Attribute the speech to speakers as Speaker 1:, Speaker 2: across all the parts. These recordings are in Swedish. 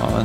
Speaker 1: Ja,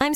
Speaker 2: I'm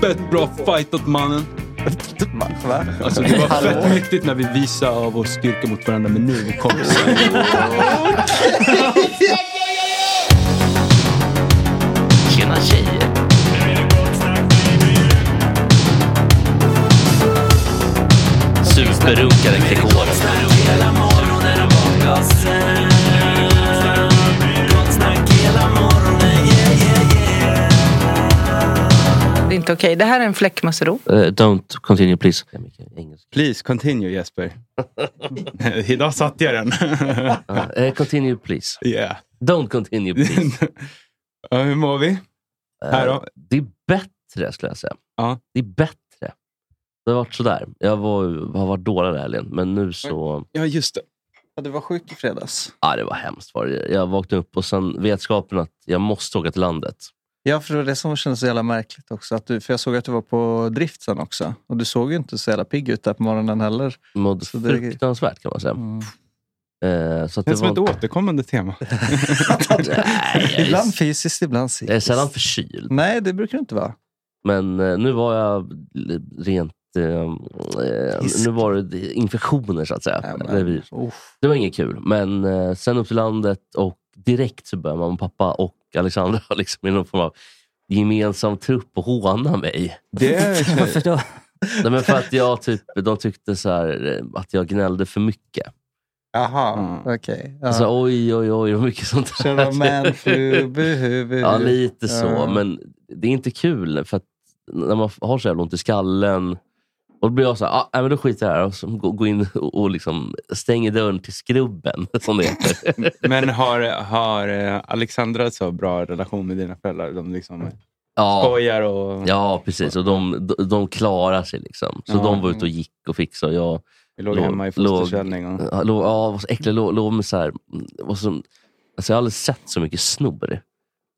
Speaker 3: Fett bra fightat mannen. Alltså det var fett mäktigt när vi visade av vår styrka mot varandra men nu är vi kompisar.
Speaker 4: Tjena tjejer! Superrunkaren Gregor.
Speaker 5: Det är inte okej. Det här är en fläckmössero.
Speaker 4: Uh, don't continue please.
Speaker 3: Please continue Jesper. Idag satte jag den.
Speaker 4: Eh, continue please.
Speaker 3: yeah.
Speaker 4: Don't continue please. Eh,
Speaker 3: Ja, Hur mår vi? Här då?
Speaker 4: Det är bättre, skulle jag säga.
Speaker 3: Ja.
Speaker 4: Det är bättre. Det har varit sådär. Jag var, har varit dålig den här helgen, men nu så...
Speaker 6: Ja, just det. Ja, du var sjuk i fredags.
Speaker 4: Ja, det var hemskt. Var det. Jag vaknade upp och sen vetskapen att jag måste åka till landet.
Speaker 6: Ja, för det var det som kändes så jävla märkligt också. Att du, för jag såg att du var på drift sen också. Och du såg ju inte så jävla pigg ut där på morgonen heller.
Speaker 4: Mådde
Speaker 6: Så det- Mm.
Speaker 4: fruktansvärt kan man säga. Eh, så att
Speaker 3: Det
Speaker 4: det
Speaker 3: är som
Speaker 4: var...
Speaker 3: ett återkommande tema.
Speaker 4: Nej, jag är,
Speaker 6: Ibland fysiskt, ibland psykiskt.
Speaker 4: jag är sällan förkyld.
Speaker 6: Nej, det brukar du inte vara.
Speaker 4: Men eh, nu var jag l- rent... Eh, eh,
Speaker 6: Frisk.
Speaker 4: nu var det infektioner, så att säga.
Speaker 6: Nej, men-
Speaker 4: Eller virus.
Speaker 6: Uff.
Speaker 4: Det var inget kul, men eh, sen upp till landet och direkt så börjar mamma, pappa och Alexandra liksom i någon form av gemensam trupp och håna mig.
Speaker 3: Det,
Speaker 7: Varför då?
Speaker 4: Nej, men för att jag typ, de tyckte så här, eh, att jag gnällde för mycket.
Speaker 6: Jaha,
Speaker 3: Mm.
Speaker 6: okej. Ja.
Speaker 4: Så, Alltså, oj, oj, oj, hur mycket sånt
Speaker 6: Kör de manflu, buhu, buhu.
Speaker 4: Ja, lite så.
Speaker 6: Ja.
Speaker 4: Men det är inte kul, för att när man har så jävla ont i skallen och då blir jag så här, ah, nej, men då skiter jag i det här och så går går in och, och liksom stänger dörren till skrubben, som det heter.
Speaker 3: men har, har eh, Alexandra så bra relation med dina föräldrar? De liksom
Speaker 4: Ja.
Speaker 3: skojar och
Speaker 4: Ja, precis. Och de, de, de klarar sig. liksom. Så
Speaker 3: Ja.
Speaker 4: de var ute och gick och fixade. Och jag,
Speaker 3: vi låg
Speaker 4: låg-
Speaker 3: hemma i
Speaker 4: låg-
Speaker 3: fosterställning. Och...
Speaker 4: ja, låg, ja, vad så äckligt. Låg, låg med så här, vad som, alltså jag har aldrig sett så mycket snor.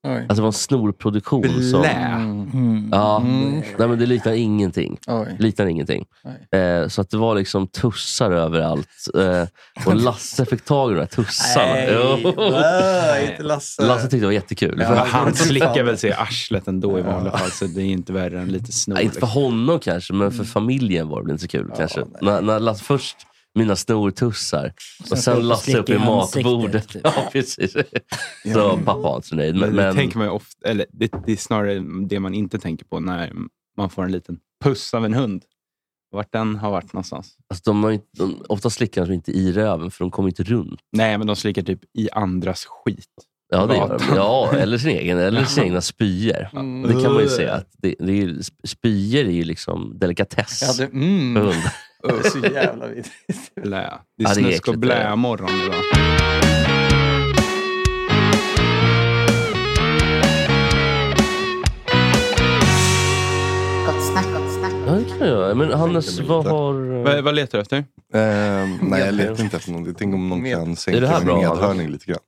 Speaker 6: Oj.
Speaker 4: Alltså det var en snorproduktion. Som,
Speaker 6: Mm.
Speaker 7: Mm.
Speaker 4: ja,
Speaker 6: Mm.
Speaker 4: nej, men det liknar ingenting.
Speaker 6: Oj.
Speaker 4: Liknar ingenting. Eh, så att det var liksom tussar överallt. Eh, och Lasse fick tag i de där tussarna. Jo.
Speaker 6: Nej, inte Lasse.
Speaker 4: Lasse tyckte det var jättekul.
Speaker 6: Ja.
Speaker 4: För,
Speaker 3: Men han slickar väl sig i arslet ändå i vanliga fall, så det är inte värre än lite snor.
Speaker 4: Nej, inte för
Speaker 3: liksom.
Speaker 4: honom kanske, men
Speaker 8: Mm.
Speaker 4: för familjen var det väl inte så kul. kanske.
Speaker 6: nej.
Speaker 4: När, när Lasse, först mina snortussar och
Speaker 7: får
Speaker 4: sen
Speaker 7: du
Speaker 4: Lasse
Speaker 7: slicka
Speaker 4: upp i
Speaker 7: i ansiktet,
Speaker 4: matbordet.
Speaker 7: typ.
Speaker 4: Ja, precis. Så pappa var inte så nöjd. Men,
Speaker 3: Men det
Speaker 4: men,
Speaker 3: tänker man ju ofta, eller det, det är snarare det man inte tänker på när man får en liten puss av en hund. Vart den har varit någonstans.
Speaker 4: alltså, de har ju, inte- de, ofta slickar de inte i röven för de kommer inte runt.
Speaker 3: Nej, men de slickar typ i andras skit.
Speaker 4: Ja, det gör de.
Speaker 3: Gatan.
Speaker 4: ja eller sin egen, eller sina egna spyor.
Speaker 6: Mm.
Speaker 4: Och Det kan man ju säga. Att det, det är ju, sp- spyor är ju liksom delikatess.
Speaker 6: Ja, det, mm.
Speaker 4: för hundar.
Speaker 6: det är så jävla vidrigt.
Speaker 3: Blä. Det
Speaker 4: Ja,
Speaker 3: är
Speaker 4: det är
Speaker 3: snusk och
Speaker 4: äckligt, det är.
Speaker 3: blä morgon idag.
Speaker 4: Mm. Ja, det kan jag. Men Hannes, vad har...
Speaker 3: Vad, vad letar du efter?
Speaker 8: Ehm, nej, jag letar inte efter någon. Jag tänker om någon
Speaker 6: Med-
Speaker 8: kan
Speaker 4: Är det
Speaker 8: sänka
Speaker 4: här
Speaker 8: min
Speaker 4: bra,
Speaker 8: medhörning lite grann.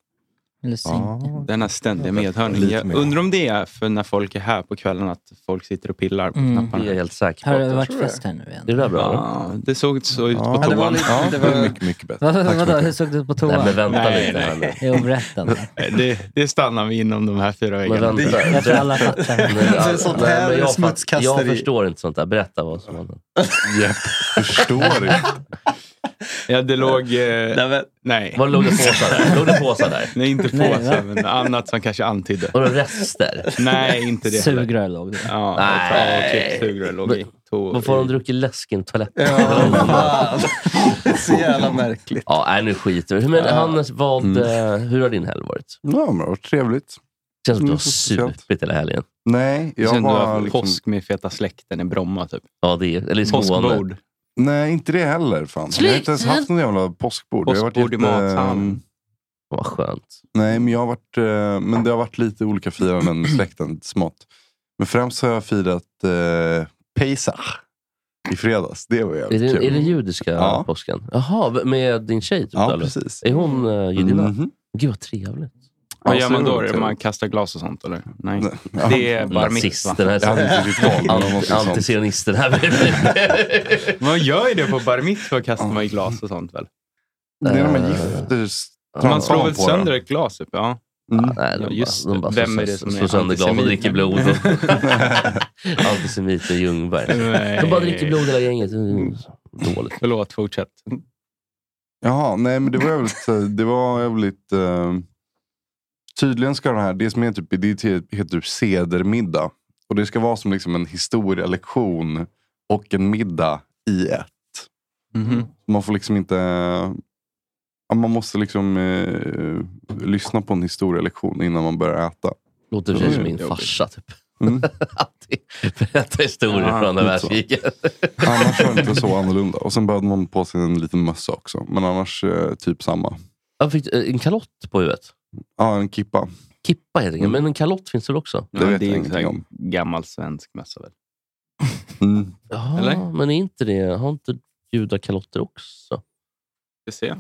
Speaker 7: Eller sänk.
Speaker 3: Den här ständiga medhörningen.
Speaker 8: Lite
Speaker 3: Jag
Speaker 8: mer.
Speaker 3: undrar om det är för när folk är här på kvällen, att folk sitter och pillar på
Speaker 7: Mm.
Speaker 4: Jag
Speaker 3: knapparna.
Speaker 4: är helt säker på.
Speaker 7: Har det
Speaker 4: Är
Speaker 7: varit fest här nu igen?
Speaker 4: det där bra? eller?
Speaker 3: Ja, det såg så ut på
Speaker 8: Ja, det var
Speaker 3: toan.
Speaker 6: lite-
Speaker 8: Ja,
Speaker 6: det
Speaker 8: det
Speaker 6: var-
Speaker 8: var mycket, mycket bättre.
Speaker 7: Vad-
Speaker 8: Tack så
Speaker 7: Vadå, hur
Speaker 8: mycket.
Speaker 7: såg det ut på
Speaker 4: Nej, men
Speaker 7: toan?
Speaker 4: vänta
Speaker 3: Nej,
Speaker 4: lite.
Speaker 3: nej.
Speaker 4: här nu.
Speaker 7: Jo, berätta nu.
Speaker 3: Det, det stannar vi inom de här fyra
Speaker 4: Men
Speaker 3: väggarna.
Speaker 4: vänta.
Speaker 7: Jag tror alla fattar.
Speaker 4: Nej,
Speaker 6: Det är sånt
Speaker 4: nej,
Speaker 6: här
Speaker 4: men jag fatt-
Speaker 6: smutskasteri.
Speaker 4: Jag förstår inte sånt där. Berätta vad som hände.
Speaker 8: Jag förstår inte.
Speaker 3: Ja, det låg... Eh, nej.
Speaker 4: Var låg det påsar där? Låg det påsar där?
Speaker 3: Nej, inte
Speaker 7: Nej,
Speaker 3: påsar, men annat som kanske antydde.
Speaker 4: Var det rester?
Speaker 3: Nej, inte det. heller.
Speaker 7: Sugrör låg det.
Speaker 3: Ja,
Speaker 4: Nej.
Speaker 3: ja, typ sugrör låg i. To-
Speaker 4: Varför har de druckit läsk i en toalett?
Speaker 6: Ja, fan. Det är så jävla märkligt.
Speaker 4: Ja, nej, nu skiter vi. Men Hannes, vad, eh, hur har din helg varit?
Speaker 8: Mm. Ja, men det var trevligt.
Speaker 4: Känns som att du
Speaker 8: Mm,
Speaker 4: har
Speaker 8: socialt.
Speaker 4: supit hela helgen.
Speaker 8: Nej,
Speaker 3: Det
Speaker 8: jag
Speaker 3: känns som du
Speaker 8: var
Speaker 3: har
Speaker 8: liksom...
Speaker 3: påsk med feta släkten i Bromma, typ.
Speaker 4: Ja, det är, eller i Skåne.
Speaker 3: Påskbord.
Speaker 8: Nej, inte det heller. Fan. Jag har inte ens haft någon jävla påskbord. Jag har varit
Speaker 3: Påskbord i
Speaker 8: jätte-
Speaker 3: Matsam.
Speaker 4: Vad skönt.
Speaker 8: Nej, men, jag har varit, eh, men det har varit lite olika firanden med släkten. lite Smått. Men främst har jag firat eh, Pesach i fredags. Det var
Speaker 4: Är
Speaker 8: jävligt
Speaker 4: det,
Speaker 8: kul.
Speaker 4: är det judiska
Speaker 8: Ja.
Speaker 4: påsken? Jaha, v- med din tjej? Typ,
Speaker 8: Ja,
Speaker 4: eller?
Speaker 8: precis.
Speaker 4: Är hon uh, judinna?
Speaker 8: Mhm.
Speaker 4: Gud, vad trevligt.
Speaker 3: Vad
Speaker 8: Ja,
Speaker 3: gör
Speaker 8: så
Speaker 3: man
Speaker 8: det
Speaker 3: då?
Speaker 8: var
Speaker 3: Är det
Speaker 8: kul.
Speaker 3: Man kastar glas och sånt, eller? Nej.
Speaker 8: Nej.
Speaker 3: Det är bar mitzva.
Speaker 4: Nazisterna.
Speaker 8: Jag hade
Speaker 4: här.
Speaker 8: inte riktigt koll. men det var något sånt.
Speaker 4: Antisionisterna. här.
Speaker 3: Man gör ju det på bar mitzva, kastar man i glas och sånt väl?
Speaker 8: Det är när man
Speaker 4: Eh,
Speaker 8: gifter sig.
Speaker 3: man slår väl
Speaker 8: på den.
Speaker 3: sönder ett glas, typ? Ja.
Speaker 8: Mm.
Speaker 4: Nej, de
Speaker 3: Ja,
Speaker 4: bara,
Speaker 3: just
Speaker 4: de bara
Speaker 3: det. Vem
Speaker 4: slår-
Speaker 3: är det som
Speaker 4: slår
Speaker 3: är
Speaker 4: sönder glas och
Speaker 3: antisemit?
Speaker 4: dricker blod. Och antisemiter Ljungberg.
Speaker 3: Nej.
Speaker 4: De bara dricker blod hela gänget. Mm, Dåligt.
Speaker 3: Förlåt, fortsätt.
Speaker 8: Jaha, nej men det var jävligt... eh, Det var jävligt eh, tydligen ska den här, det som är typ, det te- heter typ sedermiddag. Och det ska vara som liksom en historielektion och en middag i ett.
Speaker 4: Mhm.
Speaker 8: Man får liksom inte... ja, Man måste liksom eh, lyssna på en historielektion innan man börjar äta.
Speaker 4: Låter precis som min
Speaker 8: Jobbigt.
Speaker 4: farsa. Typ.
Speaker 8: Mm.
Speaker 4: Alltid Berätta historier
Speaker 8: Ja,
Speaker 4: från andra
Speaker 8: lite så.
Speaker 4: världskriget.
Speaker 8: Annars var det inte så annorlunda. Och sen behövde man på sig en liten mössa också. Men annars eh, typ samma.
Speaker 4: Jag fick eh, en kalott på huvudet.
Speaker 8: Ja, en kippa. Mm.
Speaker 4: Kippa heter det, men en kalott finns väl också?
Speaker 3: Ja, det är ju en sån här gammal svensk mössa väl?
Speaker 4: Jaha,
Speaker 3: Eller?
Speaker 4: men är inte det, har inte judar kalotter också?
Speaker 3: Vi ser. Ja,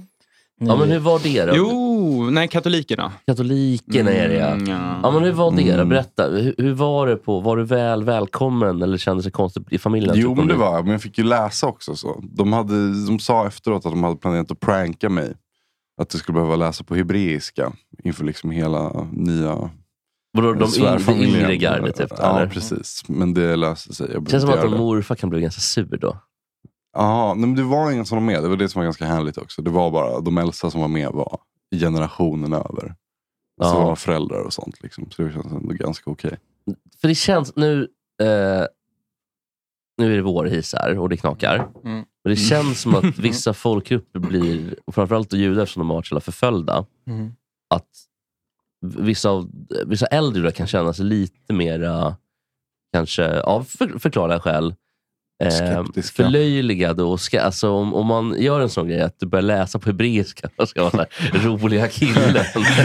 Speaker 4: Ja, men hur var det då?
Speaker 3: Jo, nej, katolikerna.
Speaker 4: Katolikerna är det ja.
Speaker 3: Mm, ja.
Speaker 4: ja. men hur var det då?
Speaker 3: Mm.
Speaker 4: Berätta. Hur, hur var det? på? Var du väl välkommen eller kändes det konstigt i familjen?
Speaker 8: Jo,
Speaker 4: Typ,
Speaker 8: men
Speaker 4: om
Speaker 8: det
Speaker 4: du-
Speaker 8: var jag. Men jag fick ju läsa också. Så. De, hade, de sa efteråt att de hade planerat att pranka mig. Att jag skulle behöva läsa på hebreiska inför liksom hela nya
Speaker 4: Vadå, de
Speaker 8: eh, svärfamiljen.
Speaker 4: yngre- yngre gardet, typ,
Speaker 8: Ja,
Speaker 4: eller?
Speaker 8: precis. Men det löste sig. Jag
Speaker 4: Känns som att
Speaker 8: behövde göra
Speaker 4: en
Speaker 8: det.
Speaker 4: morfar kan bli ganska sur då.
Speaker 8: Ja, nej, men det var ingen som var med. Det var det som var ganska härligt också. Det var bara de äldsta som var med var generationen över. Så
Speaker 4: Ja.
Speaker 8: var föräldrar och sånt. Liksom. Så det känns ändå ganska okej.
Speaker 4: För det känns nu... Eh, nu är det vårhisar och det knakar.
Speaker 8: Mm.
Speaker 4: Men det känns som att vissa folkgrupper blir, och framförallt judar eftersom de har varit så jävla förföljda,
Speaker 6: Mm.
Speaker 4: att vissa, av- vissa äldre judar kan känna sig lite mera, kanske av för, förklarliga skäl, eh, förlöjligade. Och ska, alltså, om, om man gör en sån grej, att du börjar läsa på hebreiska, och ska vara så här, roliga killen.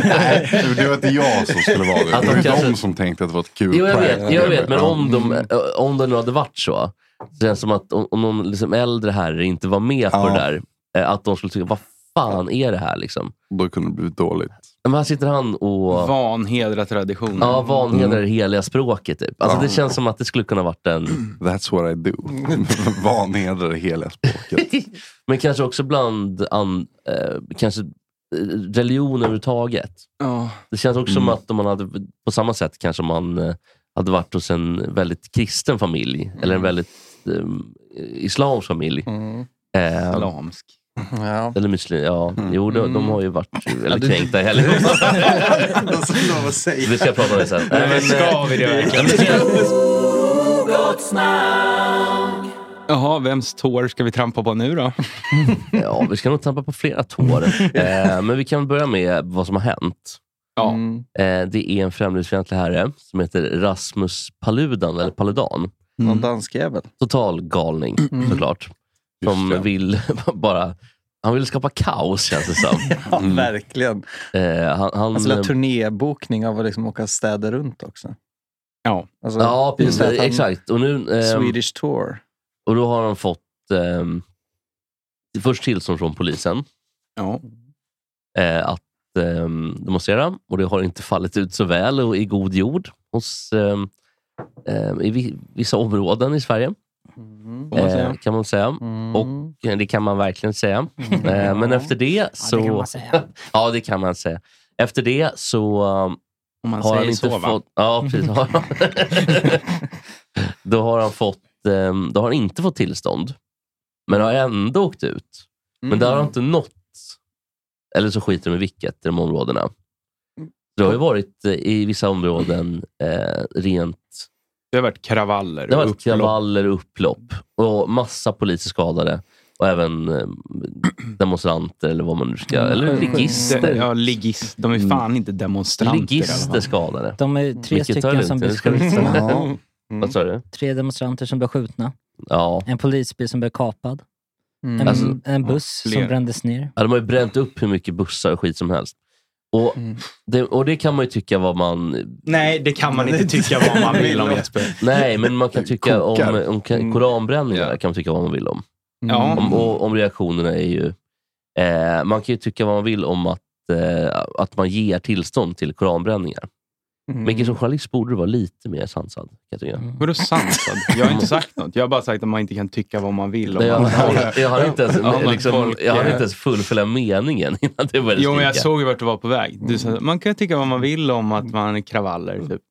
Speaker 8: Nej, det var inte jag som skulle vara det.
Speaker 4: Att
Speaker 8: Det
Speaker 4: de
Speaker 8: var ju
Speaker 4: kanske-
Speaker 8: de som tänkte att det var ett kul
Speaker 4: Jo, jag vet,
Speaker 8: prank.
Speaker 4: jag vet men om, de,
Speaker 8: Mm.
Speaker 4: ö, om det nu hade varit så. Det känns som att om, om någon liksom äldre herre inte var med på
Speaker 8: Ja.
Speaker 4: det där, eh, att de skulle tycka, vad fan är det här? Liksom?
Speaker 8: Då kunde det blivit dåligt.
Speaker 4: Men här sitter han och...
Speaker 3: Vanhedra traditionen.
Speaker 4: Ja, vanhedrar det heliga språket. Typ. Alltså,
Speaker 8: Mm. Ja.
Speaker 4: Det känns som att det skulle kunna varit en...
Speaker 8: That's what I do. Vanhedrar det heliga språket.
Speaker 4: men kanske också bland an, eh, kanske eh, religion överhuvudtaget.
Speaker 3: Ja.
Speaker 4: Det känns också som
Speaker 3: Mm.
Speaker 4: att om man hade, på samma sätt kanske man eh, hade varit hos en väldigt kristen familj,
Speaker 8: Mm.
Speaker 4: eller en väldigt eh, islamsk familj. Eh,
Speaker 3: Islamsk.
Speaker 6: Ja.
Speaker 4: Eller muslim, ja.
Speaker 8: Mm.
Speaker 4: Jo, de, de har ju varit eller
Speaker 6: du-
Speaker 4: kränkta heller. Vi ska prata om det sen. Nej, men,
Speaker 3: ska
Speaker 4: eh,
Speaker 3: vi det verkligen?
Speaker 4: nej, men det-
Speaker 3: Jaha, vems tår ska vi trampa på nu då?
Speaker 4: Ja, vi ska nog trampa på flera tår. eh, men vi kan börja med vad som har hänt.
Speaker 3: Ja.
Speaker 4: Eh, det är en främlingsfientlig herre som heter Rasmus Paludan, eller Paludan.
Speaker 6: Någon dansk jävel.
Speaker 4: Total galning,
Speaker 6: Mm.
Speaker 4: såklart. Som vill bara... Han vill skapa kaos, känns det som.
Speaker 6: Ja, verkligen.
Speaker 4: liksom. Mm. Eh, han, han,
Speaker 6: Alltså la turnébokning av att liksom åka städer runt också.
Speaker 3: Ja,
Speaker 6: Alltså,
Speaker 4: ja
Speaker 6: det är
Speaker 4: precis,
Speaker 6: så att han-
Speaker 4: exakt. Och nu, ehm,
Speaker 6: Swedish Tour.
Speaker 4: Och då har han fått ehm, först tillstånd från polisen eh, att ehm, demonstrera. Och det har inte fallit ut så väl och i god jord hos, ehm, ehm, i vi- vissa områden i Sverige.
Speaker 6: Får man säga.
Speaker 4: Eh, kan man säga.
Speaker 6: Mm.
Speaker 4: Och eh, det kan man verkligen säga.
Speaker 3: Mm.
Speaker 4: Eh, men efter det så...
Speaker 6: kan man
Speaker 4: säga. ja, det kan man säga. Efter det så... ehm,
Speaker 3: Om man
Speaker 4: har
Speaker 3: säger
Speaker 4: han inte
Speaker 3: så, va?
Speaker 4: fått, Ja, precis. Har han, då har han fått... ehm, Då har han inte fått tillstånd. Men har ändå åkt ut. Men där har
Speaker 3: Mm.
Speaker 4: han inte nått. Eller så skiter de i vilket i de områdena. Det har ju varit eh, i vissa områden eh, rent
Speaker 3: Det har varit kravaller
Speaker 4: det har
Speaker 3: och
Speaker 4: varit
Speaker 3: upplopp.
Speaker 4: kravaller och upplopp. Och massa poliser skadade. Och även eh, demonstranter eller vad man nu ska... Eller ligister. Mm.
Speaker 3: Ja, ligist. De är fan inte demonstranter.
Speaker 4: Ligister skadade.
Speaker 7: De är tre stycken som blir skjutna.
Speaker 4: Vad sa du?
Speaker 7: Tre demonstranter som blev skjutna.
Speaker 4: Ja.
Speaker 7: En polisbil som blev kapad.
Speaker 4: Mm.
Speaker 7: En,
Speaker 4: Alltså-
Speaker 7: en buss
Speaker 4: Ja, fler.
Speaker 7: som brändes ner.
Speaker 4: Ja, de har ju bränt upp hur mycket bussar och skit som helst. Och, det, och det kan man ju tycka vad man...
Speaker 3: Nej, det kan man inte tycka vad man vill om Jesper.
Speaker 4: Nej, men man kan tycka om,
Speaker 3: Kokar.
Speaker 4: om ka- koranbränningar. kan man tycka vad man vill om.
Speaker 3: Ja.
Speaker 4: Om, och, om reaktionerna är ju... Eh, man kan ju tycka vad man vill om att, eh, att man ger tillstånd till koranbränningar.
Speaker 3: Mm.
Speaker 4: Men som journalist borde du vara lite mer sansad. kan Jag tycka.
Speaker 3: Vadå
Speaker 4: alltså.
Speaker 3: sansad? Jag har inte sagt något. Jag har bara sagt att man inte kan tycka vad man vill. Om
Speaker 4: Nej, jag,
Speaker 3: man
Speaker 4: jag, jag hade inte ens,
Speaker 3: Om man
Speaker 4: liksom,
Speaker 3: tolkar-
Speaker 4: jag hade inte ens fullfölja meningen innan du började
Speaker 3: eh, Jo, men jag
Speaker 4: skrika.
Speaker 3: såg ju vart du var på väg. Du
Speaker 6: Mm.
Speaker 3: sa, man kan tycka vad man vill om att man är kravaller. Typ.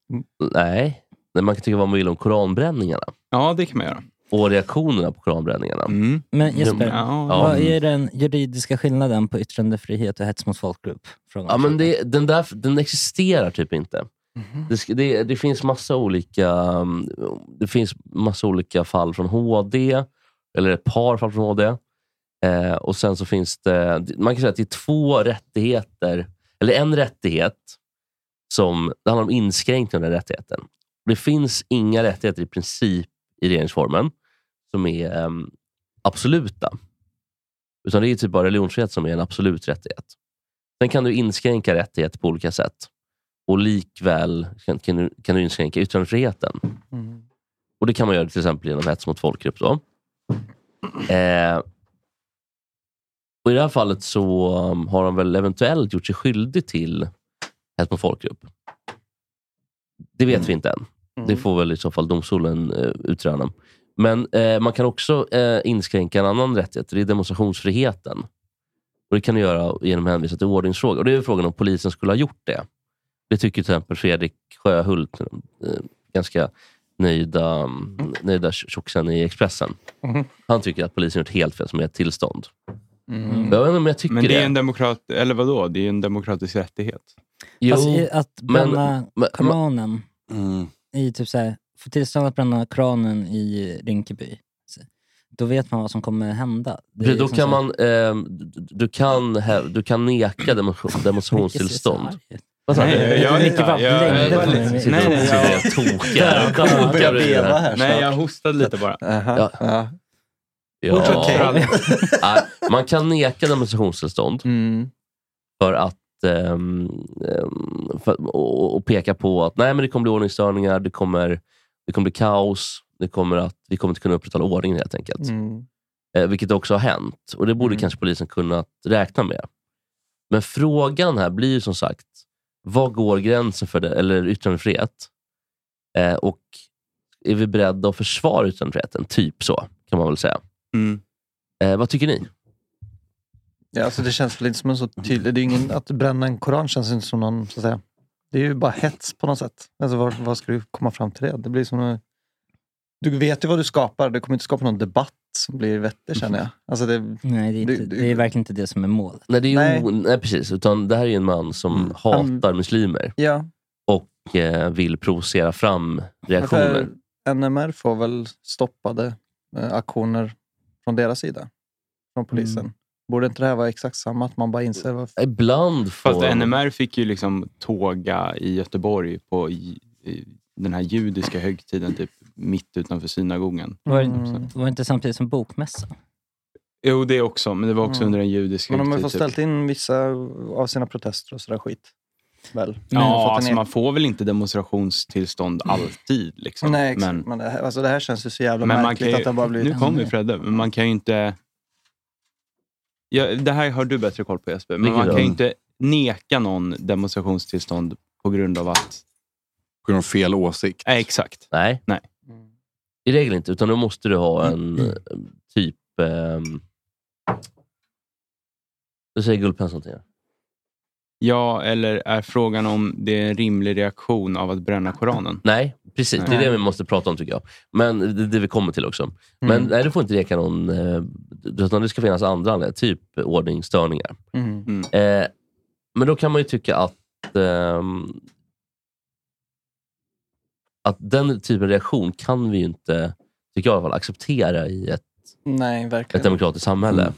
Speaker 4: Nej, men man kan tycka vad man vill om koranbränningarna.
Speaker 3: Ja, det kan man göra.
Speaker 4: Och reaktionerna på koranbränningarna.
Speaker 3: Mm.
Speaker 7: Men Jesper,
Speaker 4: De-
Speaker 7: vad är den juridiska skillnaden på yttrandefrihet och hets mot folkgrupp? Frågan.
Speaker 4: Ja, men det, den, där, den existerar typ inte. Det, sk- det, det finns massa olika um, Det finns massa olika fall från HD, eller ett par fall från HD. Eh, och sen så finns det, man kan säga att det är två rättigheter, eller en rättighet, som det handlar om inskränkning av den rättigheten. Det finns inga rättigheter i princip i regeringsformen som är ehm, absoluta. Utan det är typ bara religionsfrihet som är en absolut rättighet. Sen kan du inskränka rättighet på olika sätt. Och likväl kan, kan, du, kan du inskränka yttrandefriheten. Och det kan man göra till exempel genom hets mot folkgrupp. Då. Eh, och I det här fallet så um, har han väl eventuellt gjort sig skyldig till hets mot folkgrupp. Det vet vi inte än. Det får väl i så fall domstolen eh, utröna. Men eh, man kan också eh, inskränka en annan rättighet. Det är demonstrationsfriheten. Och Det kan du göra genom att hänvisa till ordningsfrågor. Och Det är ju frågan om polisen skulle ha gjort det. Det tycker till exempel Fredrik Sjöhult, eh, ganska nöjda, mm. nöjda tjockisen i Expressen.
Speaker 3: Mhm.
Speaker 4: Han tycker att polisen gjort helt fel som är ett tillstånd. Jag vet inte om jag tycker
Speaker 3: men det
Speaker 4: det.
Speaker 3: är en demokrat, eller vadå? Det är ju en demokratisk rättighet.
Speaker 4: Jo,
Speaker 7: Fast Alltså, i- att
Speaker 4: men-
Speaker 7: bränna
Speaker 4: men-
Speaker 7: kranen
Speaker 3: Mm.
Speaker 7: i typ så här, få tillstånd att bränna kranen i Rinkeby. Så- Då vet man vad som kommer hända. Det är
Speaker 4: Precis, Då
Speaker 7: som
Speaker 4: kan
Speaker 7: så här-
Speaker 4: man, ehm, du, du, kan, hä- du kan neka demonstra- demonstrationstillstånd. Vad sa du?
Speaker 3: Nej, jag- jag- jag- Micke bara jag- blängde jag- på mig.
Speaker 4: Sitter och-
Speaker 3: Nej, nej,
Speaker 4: sitter
Speaker 3: jag-
Speaker 4: och tokar.
Speaker 3: Jag kommer
Speaker 4: Kokar
Speaker 3: börja
Speaker 4: bredvid det
Speaker 3: beva här Nej, snart. jag hostade lite bara.
Speaker 4: Ja.
Speaker 3: Fortsätt,
Speaker 4: Ja.
Speaker 3: Kalle.
Speaker 4: Nej, Man kan neka demonstrationstillstånd för att ehm, ehm, för, och, och peka på att nej, men det kommer bli ordningsstörningar, det kommer, det kommer bli kaos, det kommer att, vi kommer inte kunna upprätthålla ordningen helt enkelt. Eh, vilket också har hänt. Och Det borde kanske polisen kunnat räkna med. Men frågan här blir ju som sagt, vad går gränsen för det, eller yttrandefrihet? Eh, och är vi beredda att försvara yttrandefriheten? Typ så, kan man väl säga.
Speaker 3: Mm.
Speaker 4: Eh, vad tycker ni?
Speaker 6: Ja, alltså det känns väl inte som en så tydlig... Det är ju ingen, att bränna en koran känns inte som någon... Så att säga. Det är ju bara hets på något sätt. Alltså, vad, vad ska du komma fram till det? Det blir som... en- Du vet ju vad du skapar. Det kommer inte skapa någon debatt som blir vettig känner jag. Alltså det,
Speaker 7: Nej, det är, inte, det är verkligen inte det som är målet.
Speaker 4: Nej, det är ju, nej. precis. Utan det här är ju en man som hatar muslimer
Speaker 6: ja.
Speaker 4: och eh, vill provocera fram reaktioner.
Speaker 6: För NMR får väl stoppade eh, aktioner från deras sida. Från polisen.
Speaker 4: Mm.
Speaker 6: Borde inte det här vara exakt samma? Att man bara inser vad
Speaker 4: Ibland får...
Speaker 3: Fast NMR fick ju liksom tåga i Göteborg på i, i den här judiska högtiden, typ mitt utanför synagogan.
Speaker 7: Var, var Mm. det inte samtidigt som bokmässan?
Speaker 3: Jo, det också, men det var också
Speaker 6: Mm.
Speaker 3: under en judisk
Speaker 6: Men de har
Speaker 3: högtid.
Speaker 6: fått
Speaker 3: typ.
Speaker 6: ställt in vissa av sina protester och sådär skit. Väl?
Speaker 3: Ja,
Speaker 6: Fått en
Speaker 3: alltså
Speaker 6: e-
Speaker 3: man får väl inte demonstrationstillstånd alltid. Liksom.
Speaker 6: Nej, exakt.
Speaker 3: men,
Speaker 6: Men, det, här, alltså, det här känns ju så jävla
Speaker 3: men man
Speaker 6: märkligt
Speaker 3: kan ju,
Speaker 6: att det har bara blivit...
Speaker 3: Nu kommer Fredde, men man kan ju inte... Ja, det här har du bättre koll på Jesper, men
Speaker 6: Vilket
Speaker 3: man
Speaker 6: då?
Speaker 3: kan ju inte neka någon demonstrationstillstånd på grund av att...
Speaker 8: På grund av fel åsikt.
Speaker 3: Nej, exakt.
Speaker 4: Nej.
Speaker 3: Nej.
Speaker 4: I regel inte, utan då måste du ha en eh, typ... ehm, Då säger Gullpens någonting. här.
Speaker 3: Ja, eller är frågan om det är en rimlig reaktion av att bränna Koranen?
Speaker 4: Nej, precis. Det är
Speaker 3: Nej.
Speaker 4: det vi måste prata om tycker jag. Men det, det vi kommer till också. Men
Speaker 3: Mm.
Speaker 4: nej, du får inte leka någon... eh, Utan det ska finnas andra anledningar, typ ordningsstörningar.
Speaker 6: Mm.
Speaker 4: Eh, men då kan man ju tycka att ehm, att den typen av reaktion kan vi ju inte, tycker jag i alla fall, acceptera i ett,
Speaker 6: Nej, verkligen.
Speaker 4: ett demokratiskt samhälle.
Speaker 6: Mm.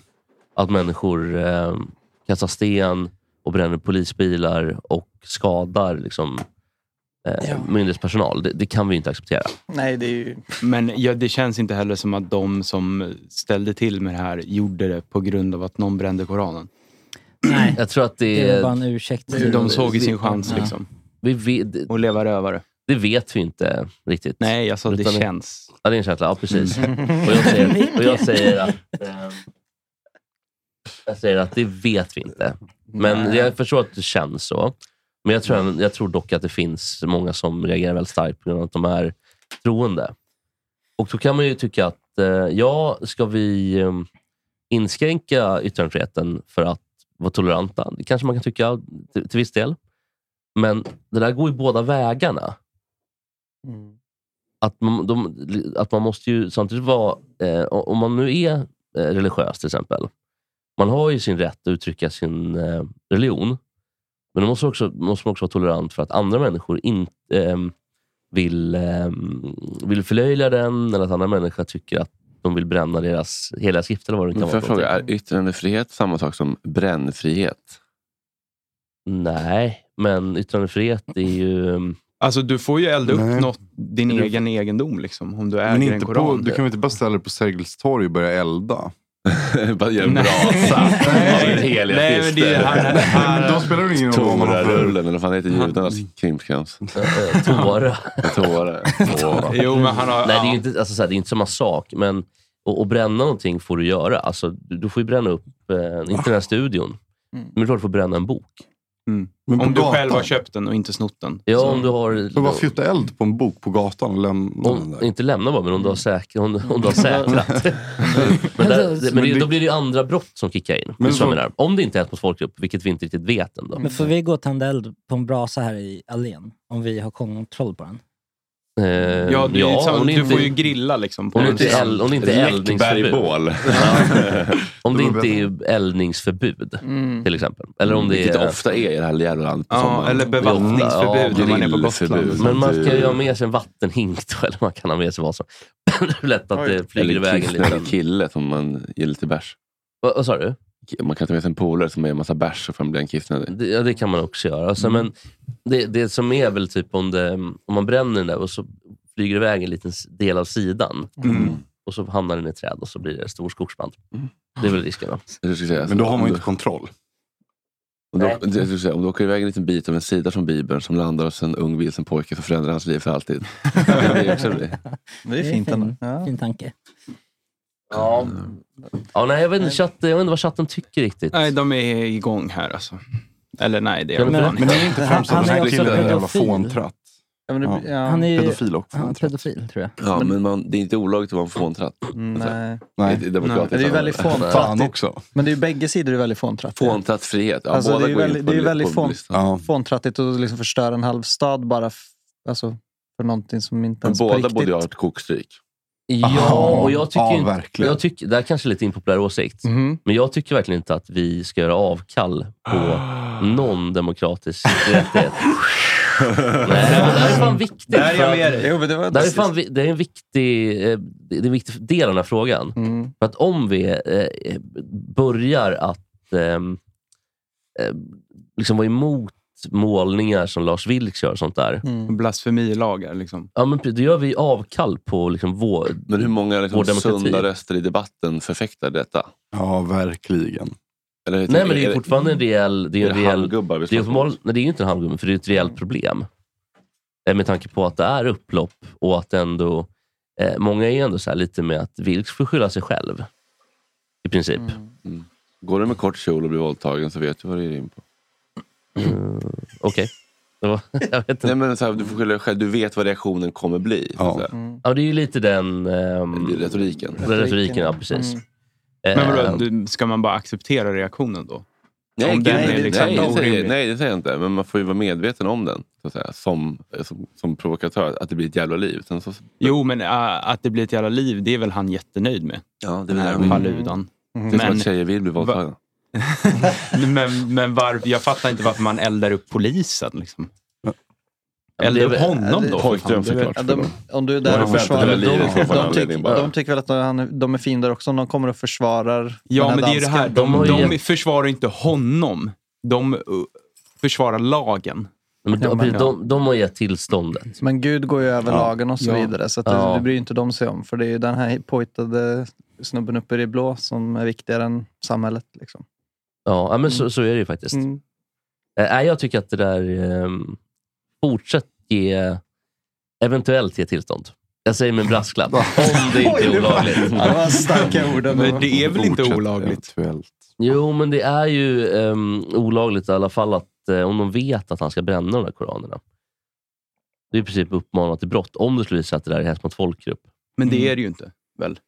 Speaker 4: Att människor ehm, kastar sten och bränner polisbilar och skadar liksom, eh, myndighetspersonal. Det, det kan vi ju inte acceptera.
Speaker 6: Nej, det är ju...
Speaker 3: Men ja, det känns inte heller som att de som ställde till med det här gjorde det på grund av att någon brände Koranen.
Speaker 7: Nej.
Speaker 4: Jag tror att det,
Speaker 7: Det är väl bara en ursäkt.
Speaker 3: De såg ju sin
Speaker 4: Vi-
Speaker 3: chans.
Speaker 4: Ja.
Speaker 3: Liksom.
Speaker 4: Vi vet,
Speaker 3: och leva rövare.
Speaker 4: Det vet vi inte riktigt.
Speaker 3: Nej, jag sa det
Speaker 4: Utan-
Speaker 3: känns.
Speaker 4: Ja, det är en känsla. Ja, precis.
Speaker 3: Mm.
Speaker 4: Och jag säger, och jag säger att... ehm, jag säger att det vet vi inte. Men
Speaker 3: Nej.
Speaker 4: jag förstår att det känns så. Men jag tror, jag tror dock att det finns många som reagerar väldigt starkt på grund av att de är troende. Och då kan man ju tycka att, eh, ja, ska vi eh, inskränka yttrandefriheten för att vara toleranta? Det kanske man kan tycka till, till viss del. Men det där går ju båda vägarna att man, de, att man måste ju samtidigt vara... Eh, om man nu är eh, religiös till exempel. Man har ju sin rätt att uttrycka sin eh, religion. Men då måste, också, måste man också vara tolerant för att andra människor inte ehm, vill, ehm, vill förlöjliga den eller att andra människor tycker att de vill bränna deras heliga skrift eller vad det kan
Speaker 1: Men får
Speaker 4: vara.
Speaker 1: jag
Speaker 4: för
Speaker 1: fråga,
Speaker 4: någonting.
Speaker 1: är yttrandefrihet samma sak som brännfrihet?
Speaker 4: Nej, men yttrandefrihet är ju... ehm,
Speaker 3: Alltså, du får ju elda upp
Speaker 4: Nej.
Speaker 3: något, din
Speaker 4: Du-
Speaker 3: egen egendom liksom, om du äger
Speaker 8: Men
Speaker 3: en
Speaker 8: inte på,
Speaker 3: koran.
Speaker 8: du kan väl inte bara ställa dig på Sergels torg och börja elda?
Speaker 1: Bara gör en brasa av en helig
Speaker 9: Nej, men det är ju han- han- Men då spelar det ingen roll vad man har för-
Speaker 1: Torarullen, eller vad fan heter judarnas krimskrams?
Speaker 4: Tåra.
Speaker 1: Tåra.
Speaker 4: jo, men han har... Nej, det är ju inte, alltså, så här, det är inte samma sak, men och, och bränna någonting får du göra. Alltså, du, du får ju bränna upp, eh, inte den här studion,
Speaker 1: Mm.
Speaker 4: men det är klart du får bränna en bok.
Speaker 8: Men
Speaker 3: Om
Speaker 8: på
Speaker 3: du själv
Speaker 8: gatan?
Speaker 3: har köpt den och inte snott den.
Speaker 4: Ja,
Speaker 3: Så-
Speaker 4: om du har...
Speaker 8: Så bara fjutta eld på en bok på gatan och lämna den
Speaker 4: Om,
Speaker 8: där.
Speaker 4: inte lämna bara, men om du har,
Speaker 1: Mm.
Speaker 4: säkra, om, du- om du har säkrat. men där, men det, då blir det ju andra brott som kickar in.
Speaker 7: Men
Speaker 4: Men
Speaker 7: så-
Speaker 4: menar, om det inte är hets mot folkgrupp, vilket vi inte riktigt vet ändå.
Speaker 7: Men får vi gå och tända eld på en brasa här i allén? Om vi har kontroll på den?
Speaker 4: Eh,
Speaker 3: Ja, du,
Speaker 4: ja,
Speaker 3: så,
Speaker 4: om det
Speaker 3: du
Speaker 4: inte-
Speaker 3: får ju grilla liksom.
Speaker 4: Om det inte är, eld, om det inte är eldningsförbud. Ja. om det inte är eldningsförbud,
Speaker 3: Mm.
Speaker 4: till exempel. Eller om det
Speaker 1: Vilket
Speaker 4: är...
Speaker 1: ofta är i det här jävla landet på
Speaker 4: Ja,
Speaker 1: sommaren.
Speaker 4: eller bevattningsförbud
Speaker 1: Ja,
Speaker 4: om man är på
Speaker 1: grillförbud.
Speaker 4: Men man kan ju ha med sig en vattenhink då, eller man kan ha med sig vad som... det är lätt att det flyger
Speaker 1: Eller
Speaker 4: iväg en
Speaker 1: kiss- snälla
Speaker 4: liten...
Speaker 1: kille som man ger lite bärs.
Speaker 4: Vad, vad sa du?
Speaker 1: Man kan ta med sig en polare som är en massa bärs och får man bli en kissnödig.
Speaker 4: Det, ja, det kan man också göra. Alltså,
Speaker 8: Mm.
Speaker 4: men det, det som är väl typ om, det, om man bränner den där och så flyger det iväg en liten s- del av sidan.
Speaker 8: Mm.
Speaker 4: Och så hamnar den i ett träd och så blir det en stor skogsbrand. Det är väl risken. Va?
Speaker 8: Men då har man ju inte kontroll.
Speaker 1: Om du,
Speaker 4: Nej.
Speaker 1: Alltså, det- det vill säga, om du åker iväg en liten bit av en sida från Bibeln som landar hos en ung vilsen pojke så förändrar hans liv för alltid. Det blir också det.
Speaker 6: Det är fint ändå.
Speaker 7: fin, fin tanke.
Speaker 4: Ja. Ja, nej, jag, vet inte, chatt, jag vet inte vad chatten tycker riktigt.
Speaker 3: Nej, de är igång här alltså. Eller nej, det är
Speaker 4: Men- men det är inte Han- främst att han den här är också killen är en jävla pedofil.
Speaker 1: fåntratt.
Speaker 6: Ja, men det, ja.
Speaker 7: Han är ju-
Speaker 1: Pedofil och
Speaker 7: ja, pedofil, tror jag.
Speaker 1: Ja, men man, det är inte olagligt att vara en fåntratt.
Speaker 6: Nej.
Speaker 1: Nej. Det är
Speaker 6: Men
Speaker 1: demokratiskt.
Speaker 6: Det är ju väldigt fåntrattigt.
Speaker 1: Fan också.
Speaker 6: Men det är ju bägge sidor är väldigt fåntrattigt.
Speaker 1: Fåntratt frihet. Ja,
Speaker 6: alltså,
Speaker 1: båda
Speaker 6: det är ju
Speaker 1: går in
Speaker 6: väldigt,
Speaker 1: på
Speaker 6: det är ju
Speaker 1: li-
Speaker 6: väldigt
Speaker 1: på
Speaker 6: fån,
Speaker 1: listan. Ja.
Speaker 6: fåntrattigt att liksom förstöra en halv stad bara f- alltså, för någonting som inte
Speaker 1: Men
Speaker 6: ens på
Speaker 1: båda
Speaker 6: riktigt...
Speaker 1: borde ju ha ett kokstryk.
Speaker 4: Ja, och jag tycker
Speaker 1: ja,
Speaker 4: inte...
Speaker 1: verkligen. Mhm.
Speaker 4: Jag tycker, det här kanske är lite impopulär åsikt, men jag tycker verkligen inte att vi ska göra avkall på någon demokratisk rättighet. Nej, men det här är fan viktigt.
Speaker 6: Där är jag
Speaker 4: för att-
Speaker 6: med dig. Jo, men det
Speaker 4: det
Speaker 6: var
Speaker 4: här är,
Speaker 6: precis.
Speaker 4: fan, vi- det är en viktig, eh, det är en viktig del av den här frågan.
Speaker 6: Mm.
Speaker 4: För att om vi eh, börjar att ehm, eh, liksom vara emot målningar som Lars Vilks gör och sånt där.
Speaker 1: Mm.
Speaker 3: Blasfemilagar liksom.
Speaker 4: Ja, men pre- då gör vi avkall på liksom vår
Speaker 1: Men hur många
Speaker 4: vår
Speaker 1: liksom,
Speaker 4: demokrati.
Speaker 1: sunda röster i debatten förfäktar detta?
Speaker 8: Ja, verkligen.
Speaker 1: Eller,
Speaker 4: Nej, men det är ju fortfarande en rejäl... Det är,
Speaker 1: är
Speaker 4: en
Speaker 1: det
Speaker 4: rejäl
Speaker 1: halmgubbar vi
Speaker 4: det är
Speaker 1: snackar om?
Speaker 4: uppenbarligen- Nej, det är ju inte en halvgubbe, för det är ett
Speaker 1: Mm.
Speaker 4: rejält problem. Eh, Med tanke på att det är upplopp och att ändå... Eh, många är ju ändå så här lite med att Vilks får skylla sig själv. I princip.
Speaker 1: Mm. Går du med kort kjol och blir våldtagen så vet du vad du är in på.
Speaker 4: Okej. Det var- Jag vet
Speaker 1: Nej, men så här, du får skylla dig själv. Du vet vad reaktionen kommer bli. så att säga.
Speaker 4: Ja, det är ju lite den... ehm,
Speaker 1: Det är retoriken.
Speaker 4: Den retoriken, ja precis.
Speaker 1: Mm.
Speaker 4: Eh,
Speaker 3: Men vadå, du- ska man bara acceptera reaktionen då?
Speaker 1: Nej,
Speaker 3: Om
Speaker 1: gud,
Speaker 3: den är
Speaker 1: nej,
Speaker 3: liksom
Speaker 1: nej, det säger,
Speaker 3: orimlig.
Speaker 1: nej, det säger jag inte. Men man får ju vara medveten om den. Så att säga, som, eh, som, som provokatör, att det blir ett jävla liv. Sen så,
Speaker 3: Jo, men äh, att det blir ett jävla liv, det är väl han jättenöjd med.
Speaker 1: Ja,
Speaker 3: Den här
Speaker 1: det.
Speaker 3: Faludan.
Speaker 1: Det är som att tjejer vill bli våldtagna.
Speaker 3: men men varför, jag fattar inte varför man eldar upp polisen. Liksom. Eldar
Speaker 6: det är
Speaker 3: upp
Speaker 6: väl-
Speaker 3: honom
Speaker 6: det-
Speaker 3: då? för
Speaker 6: Pojkdröm
Speaker 3: fan. Det är väl-
Speaker 6: Ja, de, om du är där
Speaker 3: Ja,
Speaker 6: och
Speaker 3: de
Speaker 6: försvarar...
Speaker 3: väntar
Speaker 6: De,
Speaker 3: hela livet för att få en
Speaker 6: de,
Speaker 3: anledning
Speaker 6: tycker,
Speaker 3: bara.
Speaker 6: de tycker väl att han, de är fin där också om de kommer och försvarar
Speaker 3: Ja,
Speaker 6: den här
Speaker 3: men det är ju det
Speaker 6: dansken.
Speaker 3: här. De, de, försvarar inte honom. De uh, försvarar lagen.
Speaker 4: Men
Speaker 6: Ja,
Speaker 4: de,
Speaker 6: men-
Speaker 4: de, de har gett tillståndet.
Speaker 6: Men Gud går ju över
Speaker 4: Ja.
Speaker 6: lagen och så
Speaker 4: Ja.
Speaker 6: vidare, så att det,
Speaker 4: Ja.
Speaker 6: det bryr ju inte de sig om. För det är ju den här pojtade snubben uppe i det blå som är viktigare än samhället. Liksom.
Speaker 4: Ja, ja, men så, så är det ju faktiskt.
Speaker 6: Mm.
Speaker 4: Eh, nej, jag tycker att det där... ehm, fortsätt ge... Eventuellt ge tillstånd. Jag säger med en brasklapp. Om det inte
Speaker 6: Oj,
Speaker 4: är
Speaker 6: det var-
Speaker 4: olagligt.
Speaker 6: Ja, det var starka ord ändå. Men det är väl inte Fortsätt olagligt?
Speaker 4: Jo, men det är ju ehm, olagligt i alla fall att, eh, om de vet att han ska bränna de där koranerna. Det är i princip uppmanat till brott, om det skulle visa att det där är hets mot folkgrupp.
Speaker 3: Men det är det ju inte, väl?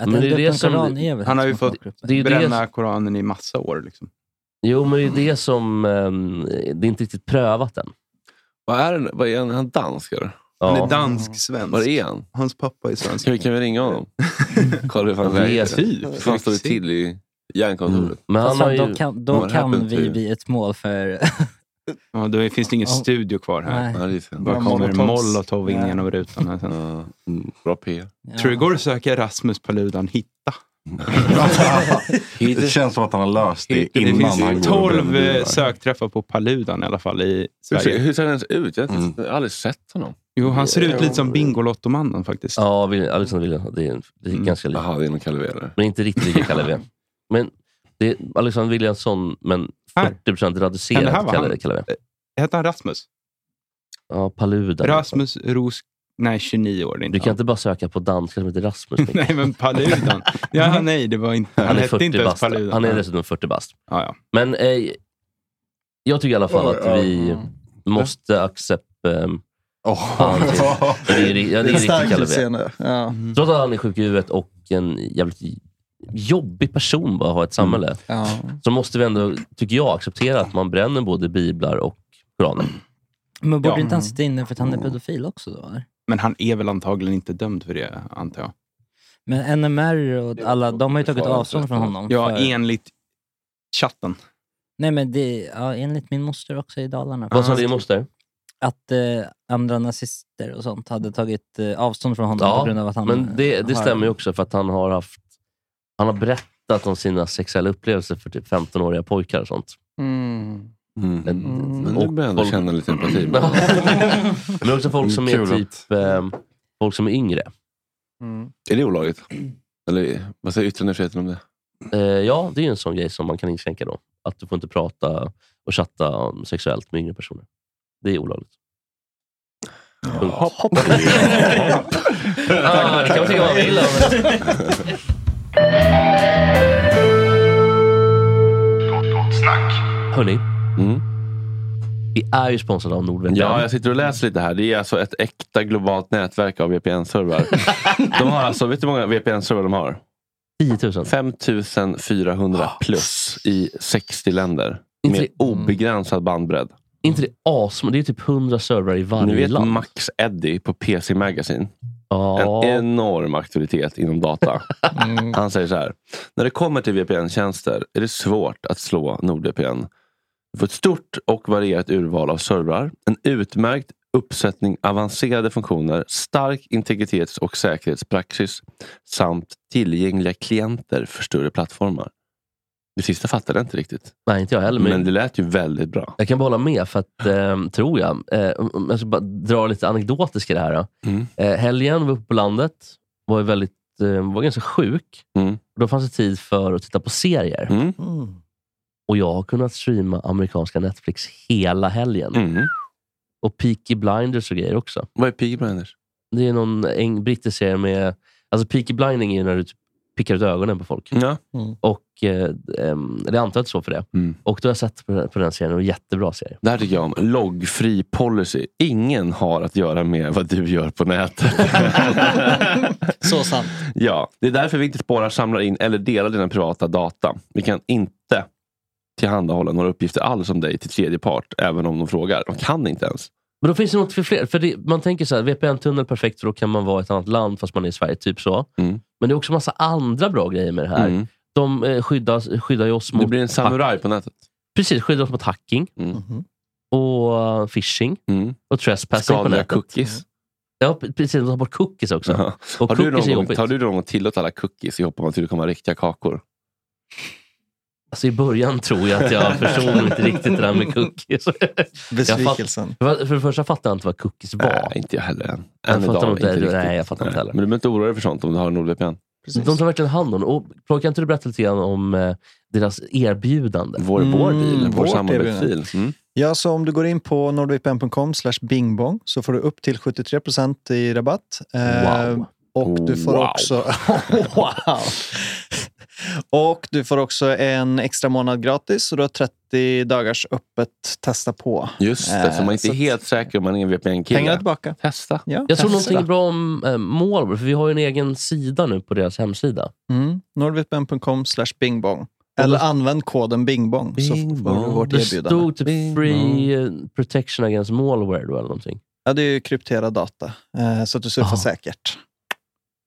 Speaker 7: Att Men elda det är upp det en som- koran är väl
Speaker 3: han har ju
Speaker 7: hets
Speaker 3: fått
Speaker 7: mot folkgrupp.
Speaker 4: Det Mm. är ju det
Speaker 3: bränna
Speaker 4: som-
Speaker 3: koranen i massa år. Liksom.
Speaker 4: Jo, men det är det som... ehm, det är inte riktigt prövat än.
Speaker 1: Vad är, han- vad är han? Är han dansk? Eller?
Speaker 4: Ja. Han är
Speaker 3: dansk-svensk.
Speaker 1: Vad är han?
Speaker 3: Hans pappa är svensk.
Speaker 1: Kan vi, kan vi ringa honom? Kolla hur fan
Speaker 4: Ja,
Speaker 1: läget är.
Speaker 4: typ.
Speaker 1: Hur fan står det till i järnkontoret?
Speaker 4: Men
Speaker 7: Fast
Speaker 4: han har
Speaker 7: fan,
Speaker 4: ju...
Speaker 7: då kan, då
Speaker 1: What
Speaker 7: kan
Speaker 1: happened
Speaker 7: vi
Speaker 1: to-
Speaker 7: bli ett mål för...
Speaker 3: Ja, då finns det ingen
Speaker 7: Ja.
Speaker 3: studio kvar här.
Speaker 7: Nej. Ja,
Speaker 1: det är synd.
Speaker 3: Bara kommer en
Speaker 1: Molotovs.
Speaker 3: molotov in
Speaker 1: Ja.
Speaker 3: genom rutan här sen.
Speaker 8: Mm,
Speaker 1: Bra PR.
Speaker 3: Tror du det går att söka Rasmus Paludan hitta?
Speaker 8: det känns som att han har löst det
Speaker 3: Det
Speaker 8: innan han går
Speaker 3: finns
Speaker 8: och bränner
Speaker 3: 12
Speaker 8: bilar.
Speaker 3: eh, sökträffar på Paludan i alla fall i
Speaker 1: Hur
Speaker 3: Sverige.
Speaker 1: ser, hur ser han ens ut? Jag har
Speaker 4: Mm.
Speaker 1: inte- jag har aldrig sett honom.
Speaker 3: Jo, han ser
Speaker 4: Eh,
Speaker 3: ut lite som Bingolottomannen faktiskt.
Speaker 4: Ja, Vil- Alexander Williamson. Det är, en, det är ganska likt.
Speaker 1: Mm. Jaha, det är någon Calvé
Speaker 4: Men inte riktigt lika Kalle V. Men det är Alexander Williamson, men 40%
Speaker 3: Men det här
Speaker 4: reducerad
Speaker 3: var
Speaker 4: Kalle,
Speaker 3: han.
Speaker 4: Kalle V.
Speaker 3: Hette han Rasmus?
Speaker 4: Ja, Paludan.
Speaker 3: Rasmus Ros... Nej, 29 år. Det är inte
Speaker 4: Du kan
Speaker 3: han.
Speaker 4: inte bara söka på danska som heter Rasmus. Mikael.
Speaker 3: nej, men Paludan. Ja, nej, det var inte... Han,
Speaker 4: Han är
Speaker 3: hette
Speaker 4: 40
Speaker 3: inte ens
Speaker 4: bast.
Speaker 3: Paludan.
Speaker 4: Han är dessutom 40 bast.
Speaker 3: Ja, ja.
Speaker 4: Men eh, jag tycker i alla fall
Speaker 3: Oj, ja,
Speaker 4: att vi
Speaker 3: mm.
Speaker 4: måste acceptera... Um, Det är ri- ja, det är
Speaker 6: Det är
Speaker 4: riktigt
Speaker 6: starkt
Speaker 4: Kalle
Speaker 6: utseende, ja.
Speaker 4: V. Trots att han är sjuk i huvudet och en jävligt jobbig person bara att ha i ett
Speaker 1: Mm.
Speaker 4: samhälle.
Speaker 6: Ja.
Speaker 4: Så måste vi ändå, tycker jag, acceptera att man bränner både biblar och Koranen.
Speaker 7: Men borde
Speaker 3: Ja.
Speaker 7: inte han sitta inne för att
Speaker 4: Mm.
Speaker 7: han är pedofil också då? Eller?
Speaker 3: Men han är väl antagligen inte dömd för det, antar jag.
Speaker 7: Men NMR och alla, de har ju tagit avstånd från honom.
Speaker 3: Ja,
Speaker 7: för...
Speaker 3: enligt chatten.
Speaker 7: Nej men det, ja, enligt min moster också i Dalarna.
Speaker 4: Vad sa din moster?
Speaker 7: Att eh, andra nazister och sånt hade tagit eh, avstånd från honom på grund av att han...
Speaker 4: men det,
Speaker 7: eh,
Speaker 4: det
Speaker 7: har-
Speaker 4: stämmer ju också för att han har haft han har berättat om sina sexuella upplevelser för typ 15-åriga pojkar och sånt.
Speaker 6: Mm.
Speaker 4: Men-
Speaker 1: Men typ- nu börjar jag ändå känna lite empati med honom.
Speaker 4: Men också folk som är
Speaker 1: Kul att-
Speaker 4: typ ehm, folk som är yngre.
Speaker 1: Mm. Är det olagligt? Eller vad säger yttrandefriheten om det?
Speaker 4: Eh, ja, det är ju en sån grej som man kan inskränka då. Att du får inte prata och chatta om sexuellt med yngre personer. Det är olagligt. Punkt. ah, det kan man tycka vad man vill om. Hörni, vi är ju sponsrade av Nordnet.
Speaker 1: Ja, jag sitter och läser lite här. Det är alltså ett äkta globalt nätverk av VPN-servrar. de har alltså, vet du hur många VPN-servrar de har?
Speaker 4: 10 000.
Speaker 1: 5 400 plus i 60 länder.
Speaker 4: Ah. Inte
Speaker 1: Med
Speaker 4: det- mm.
Speaker 1: obegränsad bandbredd.
Speaker 4: inte det asmånga? Det är typ 100 servrar i varje
Speaker 1: Ni vet
Speaker 4: land.
Speaker 1: Max Eddy på PC Magazine.
Speaker 4: Ja.
Speaker 1: En enorm auktoritet inom data. Han säger så här. När det kommer till VPN-tjänster är det svårt att slå NordVPN. Du får ett stort och varierat urval av servrar, en utmärkt uppsättning avancerade funktioner, stark integritets och säkerhetspraxis samt tillgängliga klienter för större plattformar. Det sista fattade jag inte riktigt.
Speaker 4: Nej, inte jag heller. Men,
Speaker 1: Men det lät ju väldigt bra.
Speaker 4: Jag kan bara hålla med, för att, ehm, tror jag. Eh, om jag ska bara dra lite anekdotiskt i det här. Då.
Speaker 1: Mm.
Speaker 4: Eh, helgen var uppe på landet. Var, ju väldigt, eh, var ganska sjuk.
Speaker 1: Mm.
Speaker 4: Och då fanns det tid för att titta på serier.
Speaker 7: Mm.
Speaker 4: Och jag har kunnat streama amerikanska Netflix hela helgen. Och Peaky Blinders och grejer också.
Speaker 1: Mm. Vad är Peaky Blinders?
Speaker 4: Det är någon eng- brittisk serie med... Alltså Peaky Blinding är ju när du typ pickar ut ögonen på folk. Och eh, ehm, Det antar jag så för det.
Speaker 1: Mm.
Speaker 4: Och då har jag sett på den, på den serien och jättebra serie.
Speaker 1: Det här tycker jag om. Loggfri policy. Ingen har att göra med vad du gör på nätet.
Speaker 7: Så sant.
Speaker 1: Ja, det är därför vi inte spårar, samlar in eller delar dina privata data. Vi kan inte tillhandahålla några uppgifter alls om dig till tredje part, även om de frågar. De kan inte ens.
Speaker 4: Men då finns det något för fler. För det, man tänker så här, VPN-tunnel perfekt, för då kan man vara i ett annat land fast man är i Sverige. Typ så. Men det är också massa andra bra grejer med det här.
Speaker 1: Mm.
Speaker 4: De eh, skyddar, skyddar ju oss mot...
Speaker 1: Du blir en samuraj på nätet.
Speaker 4: Precis, skyddar oss mot hacking.
Speaker 1: Mm.
Speaker 4: Och eh, phishing. Och trespassing på
Speaker 1: Skadliga
Speaker 4: nätet.
Speaker 1: cookies.
Speaker 4: Ja, p- precis. De tar bort cookies också. Och
Speaker 1: Har du,
Speaker 4: cookies är
Speaker 1: någon gång,
Speaker 4: jobbigt.
Speaker 1: har du någon gång tillåtit alla cookies i hopp om att det skulle komma riktiga kakor?
Speaker 4: Alltså, I början tror jag att jag förstod inte riktigt det där med cookies. Jag
Speaker 1: Besvikelsen.
Speaker 4: Fatt, för, för det första fattar jag inte vad cookies var.
Speaker 1: Nej, inte jag heller än.
Speaker 4: Jag
Speaker 1: Än
Speaker 4: fattar
Speaker 1: idag
Speaker 4: inte heller.
Speaker 1: riktigt.
Speaker 4: Nej, jag fattar inte
Speaker 1: Nej.
Speaker 4: heller.
Speaker 1: Men du behöver inte oroa dig för sånt om du har en NordVPN.
Speaker 4: De tar verkligen hand om det. Och Ploy, kan inte du berätta lite grann om eh, deras erbjudande?
Speaker 1: Vår,
Speaker 6: vår Mm, deal, vår vårt samarbetsdeal. erbjudande.
Speaker 1: Mm.
Speaker 6: Ja, så om du går in på nordvpn.com slash bingbong så får du upp till 73 i rabatt. Eh,
Speaker 4: Wow.
Speaker 1: Oh,
Speaker 6: Och du får
Speaker 4: Wow.
Speaker 6: också... wow! Och du får också en extra månad gratis och du har 30 dagars öppet testa på.
Speaker 1: Just det, så man är inte
Speaker 6: Eh, så att-
Speaker 1: helt säker om man är en VPN-kille.
Speaker 6: Pengarna tillbaka.
Speaker 1: Testa.
Speaker 6: Ja,
Speaker 4: Jag tror
Speaker 6: testa.
Speaker 4: någonting bra om eh, Målbro, för vi har ju en egen sida nu på deras hemsida.
Speaker 6: Mm. nordvpn.com slash bingbong. Eller använd koden bingbong så får du vårt
Speaker 4: Det
Speaker 6: erbjudande.
Speaker 4: stod typ free eh, protection against malware då, eller någonting.
Speaker 6: Ja, det är ju krypterad data, eh, så att du surfar säkert.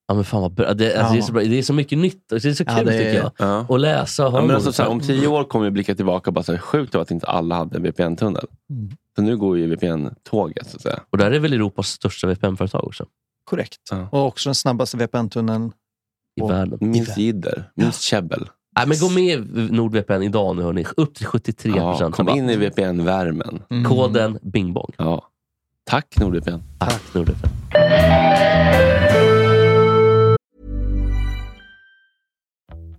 Speaker 4: Ja, men fan vad bra. Det, alltså, det, är
Speaker 6: Ja.
Speaker 4: så bra. det är så mycket nytt och det är så kul
Speaker 6: Ja, det är-
Speaker 4: tycker jag. Att läsa och
Speaker 1: Ja,
Speaker 4: höra.
Speaker 1: men alltså, så här, om
Speaker 4: något.
Speaker 1: tio år kommer vi blicka tillbaka och bara säga sjukt det var att inte alla hade en VPN-tunnel.
Speaker 6: Mm.
Speaker 1: Så nu går ju VPN-tåget så att säga.
Speaker 4: Och där är väl Europas största VPN-företag också?
Speaker 6: Korrekt. Och också den snabbaste VPN-tunneln
Speaker 4: I världen.
Speaker 1: Minst jidder. Minst käbbel.
Speaker 4: Nej, men gå med i NordVPN idag nu hörni. Upp till 73
Speaker 1: Ja,
Speaker 4: procent
Speaker 1: kom in i VPN-värmen.
Speaker 4: Mm. Koden bingbong.
Speaker 1: Ja. Tack NordVPN.
Speaker 4: Tack NordVPN.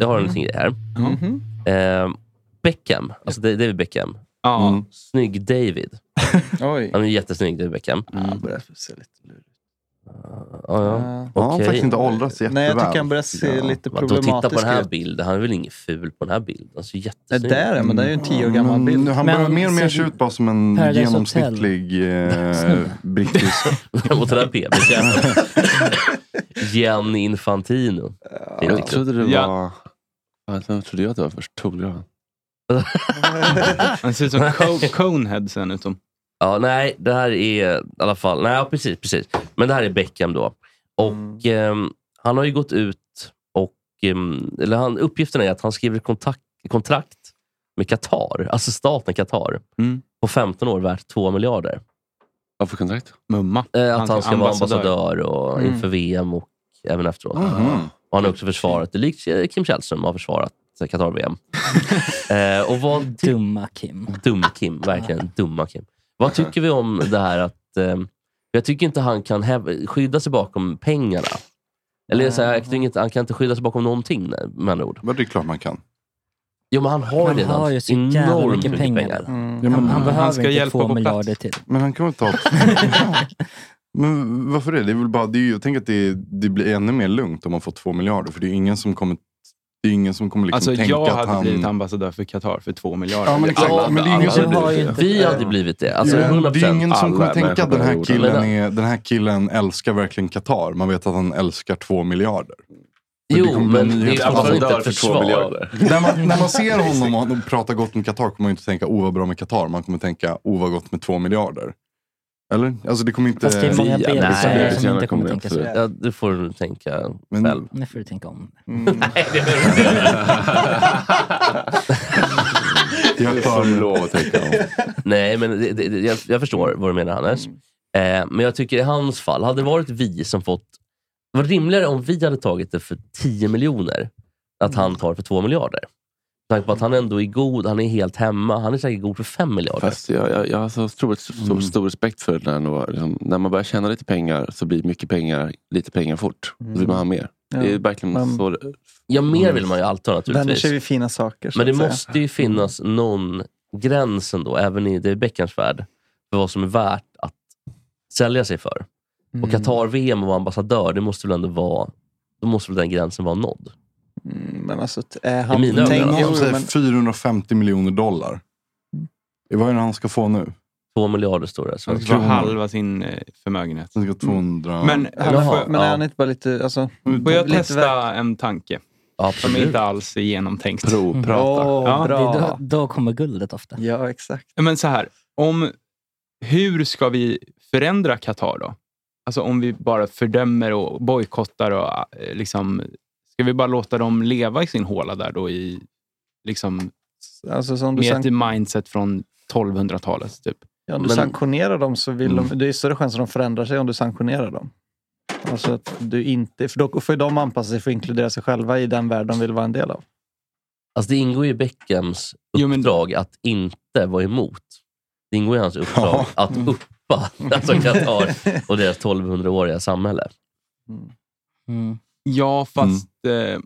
Speaker 4: Jag har en liten grej här. Eh, Beckham, alltså Da- David Beckham. Mm. Snygg David. Han är jättesnygg, David Beckham.
Speaker 6: Han börjar se lite lurig
Speaker 4: Ja, ja.
Speaker 6: Ja, han har
Speaker 4: Okej.
Speaker 6: faktiskt inte åldrats jätteväl. Nej, jag tycker han börjar se lite
Speaker 4: Vadå, Titta på
Speaker 6: problematisk
Speaker 4: den här
Speaker 6: ut.
Speaker 4: bilden. Han är väl ingen ful på den här bilden. Han ser
Speaker 6: Nej,
Speaker 4: jättesnygg
Speaker 6: det är det, men det är ju en tio år gammal
Speaker 8: Men
Speaker 6: bild.
Speaker 8: Mm, han börjar mer och mer se ut bara som en
Speaker 6: Paradise Hotel.
Speaker 8: genomsnittlig eh,
Speaker 6: Snälla.
Speaker 8: brittisk...
Speaker 4: Mot den här bebisen. Jenny Infantino. Det är inte
Speaker 1: Jag trodde det
Speaker 4: kul.
Speaker 1: var... Ja, Jag trodde jag att det var först Tullgraven.
Speaker 3: Han ser ut som Co- Conehead sen utom.
Speaker 4: Ja, nej, det här är i alla fall... Nej, ja, precis, precis. Men det här är Beckham då. Och
Speaker 8: Mm.
Speaker 4: ehm, Han har ju gått ut och... ehm, eller han, uppgiften är att han skriver kontakt, kontrakt med Qatar, alltså staten Qatar,
Speaker 8: Mm.
Speaker 4: på 15 år värt 2 miljarder.
Speaker 1: Vad för kontrakt?
Speaker 3: Mumma.
Speaker 4: Eh, att han ska vara
Speaker 3: Ambassadör.
Speaker 4: ambassadör och
Speaker 3: Mm.
Speaker 4: inför VM och även efteråt.
Speaker 3: Mhm.
Speaker 4: Och han har också försvarat, det, likt eh, Kim Källström har försvarat eh, Qatar-VM. eh, och vad ty-
Speaker 7: Dumma Kim.
Speaker 4: Dum Kim, verkligen. Dumma Kim. Vad tycker vi om det här att... Eh, jag tycker inte han kan häv- skydda sig bakom pengarna. Eller så här, jag tycker inte, han kan inte skydda sig bakom någonting nej, med andra ord.
Speaker 8: Men det är klart man kan.
Speaker 4: Jo, men han har
Speaker 7: Han
Speaker 4: redan
Speaker 7: har ju så jävla
Speaker 4: enormt
Speaker 7: mycket
Speaker 4: mycket
Speaker 7: pengar.
Speaker 4: pengar.
Speaker 7: Mm. Ja, men Han- han han behöver ska inte hjälpa två på plats. miljarder till.
Speaker 8: Men han kan väl ta... Men varför det? det är väl liksom bara, det är, ju- jag tänker att det, det blir ännu mer lugnt om man får två miljarder. För det är ju ingen som kommer, det är ingen som kommer liksom
Speaker 3: Alltså
Speaker 8: tänka
Speaker 3: jag
Speaker 8: att
Speaker 3: hade
Speaker 8: han...
Speaker 3: blivit ambassadör för Qatar för två miljarder.
Speaker 8: Ja, men exakt.
Speaker 3: Alla-
Speaker 8: men det är
Speaker 3: alla
Speaker 8: ingen som
Speaker 3: hade blivit det.
Speaker 4: Vi hade blivit det. Alltså,
Speaker 8: Ja, men
Speaker 4: 100%.
Speaker 8: det är ingen som kommer
Speaker 3: Alla
Speaker 8: tänka att
Speaker 3: människor
Speaker 8: den
Speaker 3: på
Speaker 8: här,
Speaker 3: jorden.
Speaker 8: killen
Speaker 3: Men-
Speaker 8: är, den här killen älskar verkligen Qatar. Man vet att han älskar två miljarder. Men
Speaker 4: Jo,
Speaker 8: det kommer
Speaker 4: men
Speaker 8: bli
Speaker 4: det är
Speaker 8: helt
Speaker 1: alltså
Speaker 4: fortfarande inte
Speaker 8: annorlunda.
Speaker 4: ett försvar.
Speaker 8: när, man, när man ser honom och han pratar gott om Qatar kommer man ju inte tänka oh vad bra med Qatar. Man kommer tänka oh vad gott med två miljarder. Eller? Alltså det kommer inte...
Speaker 7: Fast det
Speaker 4: eh,
Speaker 7: är många
Speaker 8: Vi-
Speaker 7: bebisar
Speaker 8: Nej,
Speaker 7: som
Speaker 8: gärna
Speaker 7: inte kommer
Speaker 8: jag
Speaker 7: tänka
Speaker 8: absolut.
Speaker 7: så.
Speaker 4: Ja, det får du tänka
Speaker 8: Men-
Speaker 4: själv.
Speaker 7: Nu får du tänka om.
Speaker 4: Nej, det behöver du inte
Speaker 8: Jag
Speaker 1: Det får de lov att tänka om.
Speaker 8: Mm.
Speaker 4: Nej, men det, det, det- jag, jag förstår vad du menar Hannes. Eh, men jag tycker i hans fall, hade det varit vi som fått... Det var rimligare om vi hade tagit det för 10 miljoner, att han tar för 2 miljarder. Med tanke på att han ändå är god, han är helt hemma. Han är säkert god för 5 miljarder.
Speaker 1: Fast jag, jag, jag har så stor,
Speaker 6: Mm.
Speaker 1: stor, stor respekt för det där. ändå. Liksom, när man börjar tjäna lite pengar så blir mycket pengar lite pengar fort. Då vill man ha mer. Det Mm. är verkligen
Speaker 6: Men-
Speaker 1: så...
Speaker 4: Ja, mer vill man ju alltid ha
Speaker 6: Vänjer sig
Speaker 4: naturligtvis.
Speaker 6: vid fina saker. så
Speaker 4: Men det
Speaker 6: att säga. Mm.
Speaker 4: måste ju finnas någon gräns ändå, även i David Beckhams värld, för vad som är värt att sälja sig för. Och Qatar-VM och vara ambassadör, det måste väl ändå vara... Då måste väl den gränsen vara nådd?
Speaker 6: Men alltså, är
Speaker 4: I
Speaker 6: han...
Speaker 4: mina ögon,
Speaker 6: tänk,
Speaker 4: alltså.
Speaker 6: jo,
Speaker 8: Han säger
Speaker 6: men,
Speaker 8: 450 miljoner dollar.
Speaker 6: Mm.
Speaker 8: Vad är det han ska få nu?
Speaker 4: Två miljarder står det.
Speaker 3: Han ska få halva sin eh, förmögenhet.
Speaker 8: Han ska 200...
Speaker 3: Men,
Speaker 6: han,
Speaker 3: Jaha,
Speaker 6: får, Mm. men är
Speaker 3: ja.
Speaker 6: han inte bara lite... Alltså,
Speaker 3: Får jag
Speaker 6: lite
Speaker 3: testa en tanke? Som
Speaker 4: Absolut.
Speaker 3: inte alls är genomtänkt.
Speaker 7: Åh,
Speaker 3: Ja.
Speaker 7: det är då, då kommer guldet ofta.
Speaker 6: Ja, exakt.
Speaker 3: Men så här, om, hur ska vi förändra Qatar då? Alltså om vi bara fördömer och bojkottar och eh, liksom... Ska vi bara låta dem leva i sin håla där då i... Liksom,
Speaker 6: Alltså, som du
Speaker 3: med
Speaker 6: sen-
Speaker 3: ett mindset från 1200-talet typ.
Speaker 6: Ja, om du
Speaker 8: Men-
Speaker 6: sanktionerar dem så vill
Speaker 4: Mm.
Speaker 6: de, det är större chans att de förändrar sig om du sanktionerar dem. Alltså att du inte, för då får ju de anpassa sig för att inkludera sig själva i den värld de vill vara en del av.
Speaker 4: Alltså det ingår ju Beckhams uppdrag att inte vara emot. Det ingår i hans uppdrag
Speaker 3: Mm.
Speaker 4: att uppa alltså Qatar och deras 1200-åriga samhälle.
Speaker 3: Ja, fast eh,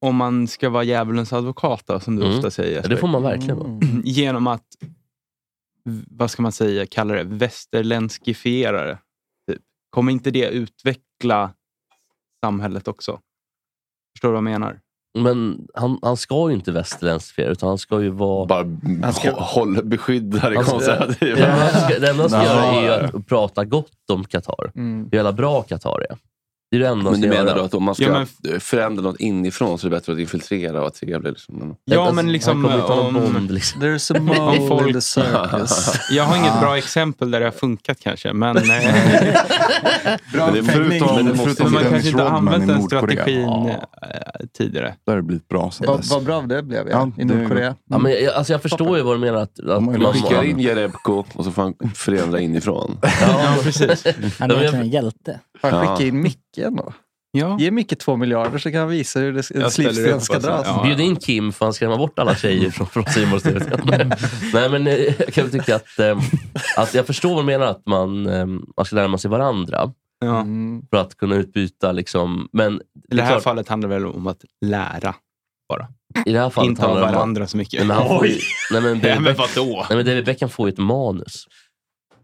Speaker 3: om man ska vara djävulens advokat, då, som du
Speaker 4: Mm.
Speaker 3: ofta säger.
Speaker 4: Ja, det
Speaker 3: Jesper.
Speaker 4: får man verkligen vara.
Speaker 3: Genom att, vad ska man säga, kalla det västerländskifierare. Typ. Kommer inte det utveckla samhället också? Förstår du vad jag menar?
Speaker 4: Men han, han ska ju inte västerländskfiera, utan han ska ju vara...
Speaker 1: Bara håll, beskydda det
Speaker 4: Han ska-
Speaker 1: konservativa.
Speaker 4: Det enda han ska- det enda han ska
Speaker 1: Nej.
Speaker 4: göra är ju att prata gott om Qatar.
Speaker 6: Mm.
Speaker 4: Hur jävla bra Qatar är. Det är det enda
Speaker 1: Men
Speaker 4: han ska
Speaker 1: du menar
Speaker 4: göra.
Speaker 1: då att om man ska
Speaker 4: Ja, men-
Speaker 1: förändra något inifrån så är det bättre att infiltrera och vara trevlig? Liksom.
Speaker 3: Ja, men liksom... om-
Speaker 6: There's
Speaker 3: om folk- Jag har
Speaker 4: Ah.
Speaker 3: inget bra exempel där det har funkat kanske, men... eh,
Speaker 8: Bra Men det- uppfängning. förutom-
Speaker 3: Men det måste-
Speaker 8: förutom
Speaker 3: men man
Speaker 8: Dennis
Speaker 3: kanske inte har
Speaker 8: Rodman i
Speaker 3: använt den
Speaker 8: Nordkorea.
Speaker 3: strategin
Speaker 8: Ja.
Speaker 3: eh, tidigare.
Speaker 8: Det har blivit bra sen
Speaker 6: Vad,
Speaker 8: dess.
Speaker 6: vad bra det blev
Speaker 8: Ja,
Speaker 6: ja, i
Speaker 8: det-
Speaker 6: Nordkorea. Mm.
Speaker 4: Ja, men jag, alltså jag förstår ju vad du menar. Att, att
Speaker 1: Man skickar in Jerebko och så får han förändra inifrån.
Speaker 4: Ja, precis.
Speaker 7: Han är verkligen en hjälte.
Speaker 6: Fan,
Speaker 1: Ja.
Speaker 6: skicka in Micke ändå. Ge Micke två miljarder så kan han visa hur det, en slipsten ska dras.
Speaker 4: alltså.
Speaker 6: Mm.
Speaker 4: Bjud in Kim för han skrämma bort alla tjejer från, från Simons tv Nej, men eh, jag kan väl tycka att, eh, att jag förstår vad du menar, att man, eh, man ska närma sig varandra
Speaker 3: Ja.
Speaker 6: Mm.
Speaker 4: för att kunna utbyta. Liksom, men
Speaker 3: I det här fallet handlar det väl om att lära bara.
Speaker 4: I det här fallet
Speaker 3: Inte av
Speaker 4: handlar det om att-
Speaker 3: varandra så mycket.
Speaker 4: Nej, men han får ju,
Speaker 3: Oj.
Speaker 4: nej, men
Speaker 3: Nej,
Speaker 4: David,
Speaker 3: men
Speaker 4: Beck-
Speaker 3: vadå?
Speaker 4: nej, men David Beckham får ju ett manus.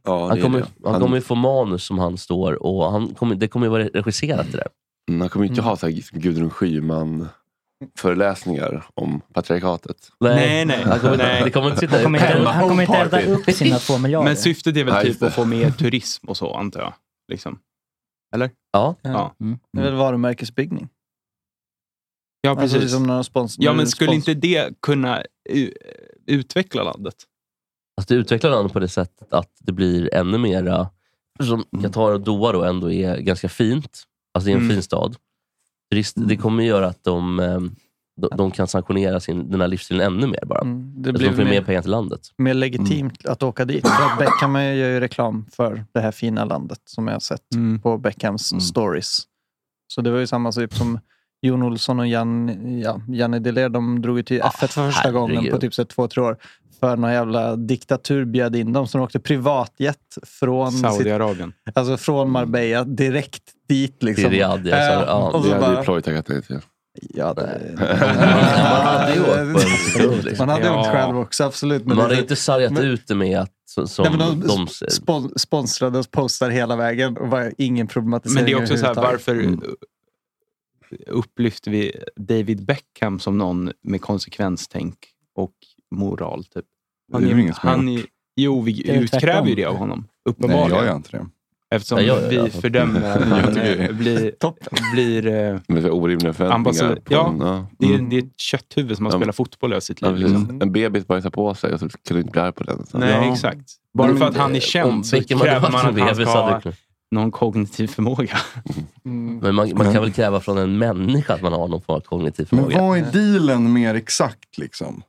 Speaker 1: Ja,
Speaker 4: han,
Speaker 1: det är
Speaker 4: kommer,
Speaker 1: det.
Speaker 4: han
Speaker 1: Han-
Speaker 4: kommer ju få manus som han står och han kommer, det kommer ju vara regisserat det där.
Speaker 1: Mm, Han kommer ju inte ha så här Gudrun Schyman-föreläsningar om patriarkatet.
Speaker 4: Nej, nej. Han kommer- Nej. det kommer inte sitta- Han kommer inte-
Speaker 1: Hemma
Speaker 7: han kommer inte elda
Speaker 1: party.
Speaker 7: upp sina två miljarder.
Speaker 3: Men syftet är väl
Speaker 1: Nej, just
Speaker 3: typ att få mer turism och så, antar jag. Liksom. Eller?
Speaker 4: Ja.
Speaker 3: ja.
Speaker 6: Det är väl varumärkesbyggning.
Speaker 3: Ja, precis.
Speaker 6: Alltså, som när de spons-
Speaker 3: ja, men
Speaker 6: när
Speaker 3: skulle
Speaker 6: spons-
Speaker 3: inte det kunna u- utveckla landet?
Speaker 4: Att du utvecklar landet på det sättet att det blir ännu mera... Som
Speaker 1: Mm.
Speaker 4: Qatar och Doha då ändå är ganska fint. Alltså det är en
Speaker 3: Mm.
Speaker 4: fin stad. Turist, Det kommer ju göra att de, eh, de, de kan sanktionera sin, den här livsstilen ännu mer bara.
Speaker 6: Mm. det
Speaker 4: Att
Speaker 6: blir
Speaker 4: de får
Speaker 6: mer-
Speaker 4: mer pengar till landet.
Speaker 6: Mer
Speaker 1: Mm.
Speaker 6: legitimt att åka dit. För att Beckham gör ju reklam för det här fina landet som jag har sett
Speaker 1: Mm.
Speaker 6: på Beckhams stories. Så det var ju samma typ som Jon Olsson och Jan, ja, Janne Deler, de drog ju till F1 för första gången på
Speaker 4: herregud.
Speaker 6: typ så här två, tre år. För någon jävla diktatur bjöd in dem, så de åkte privatjet från sitt-
Speaker 3: Saudiarabien.
Speaker 6: Alltså från Marbella direkt dit. Liksom.
Speaker 1: Till Riyadh, ja, så-
Speaker 6: Eh,
Speaker 1: ja.
Speaker 6: och så
Speaker 1: Det hade ju
Speaker 6: bara-
Speaker 1: Ploy tackat nej till.
Speaker 6: Ja, det...
Speaker 4: hade ju åkt på en sekund, liksom.
Speaker 6: Man hade åkt
Speaker 4: Ja.
Speaker 6: själv också, absolut.
Speaker 4: Men man hade
Speaker 6: det-
Speaker 4: inte sargat
Speaker 6: men-
Speaker 4: ut det med att... så- Som
Speaker 6: Nej, men de
Speaker 4: de,
Speaker 6: spon sponsrade oss postar hela vägen och var ingen problematisering
Speaker 3: Men det är också så här,
Speaker 6: överhuvudtaget.
Speaker 3: varför
Speaker 1: Mm.
Speaker 3: upplyfter vi David Beckham som någon med konsekvenstänk och moral? Typ?
Speaker 8: Det är ju ingen som har
Speaker 3: han
Speaker 8: gjort.
Speaker 3: är- Jo, vi
Speaker 8: Det är ju
Speaker 3: utkräver
Speaker 8: tvärtom.
Speaker 3: ju det av honom.
Speaker 8: Nej,
Speaker 3: Uppenbarligen.
Speaker 8: jag gör inte det.
Speaker 3: Eftersom
Speaker 8: Nej, jag gör
Speaker 3: vi
Speaker 8: det.
Speaker 3: fördömer att han
Speaker 8: Jag tycker-
Speaker 3: eh, blir, blir eh,
Speaker 1: Men det är orimliga förväntningar.
Speaker 3: ambassadör.
Speaker 1: på
Speaker 3: Ja,
Speaker 1: en, ja.
Speaker 3: det, är, det är ett kötthuvud som har
Speaker 1: Ja.
Speaker 3: spelat fotboll i sitt
Speaker 1: Ja,
Speaker 3: liv.
Speaker 1: precis.
Speaker 3: Liksom.
Speaker 1: En bebis bajsar på sig och så kan du inte bli arg på den. Så.
Speaker 3: Nej,
Speaker 1: Ja.
Speaker 3: exakt. Bara
Speaker 1: Men-
Speaker 3: för att han är
Speaker 1: om
Speaker 3: känd så
Speaker 1: vilken man
Speaker 3: kräver
Speaker 1: hade
Speaker 3: man att
Speaker 1: varit
Speaker 3: han
Speaker 1: bebis
Speaker 3: ska
Speaker 1: hade
Speaker 3: ha
Speaker 1: kunnat-
Speaker 3: någon kognitiv förmåga.
Speaker 4: men man, man kan väl kräva från en människa att man har någon form av kognitiv
Speaker 8: Men
Speaker 4: förmåga.
Speaker 8: vad är dealen mer exakt? liksom?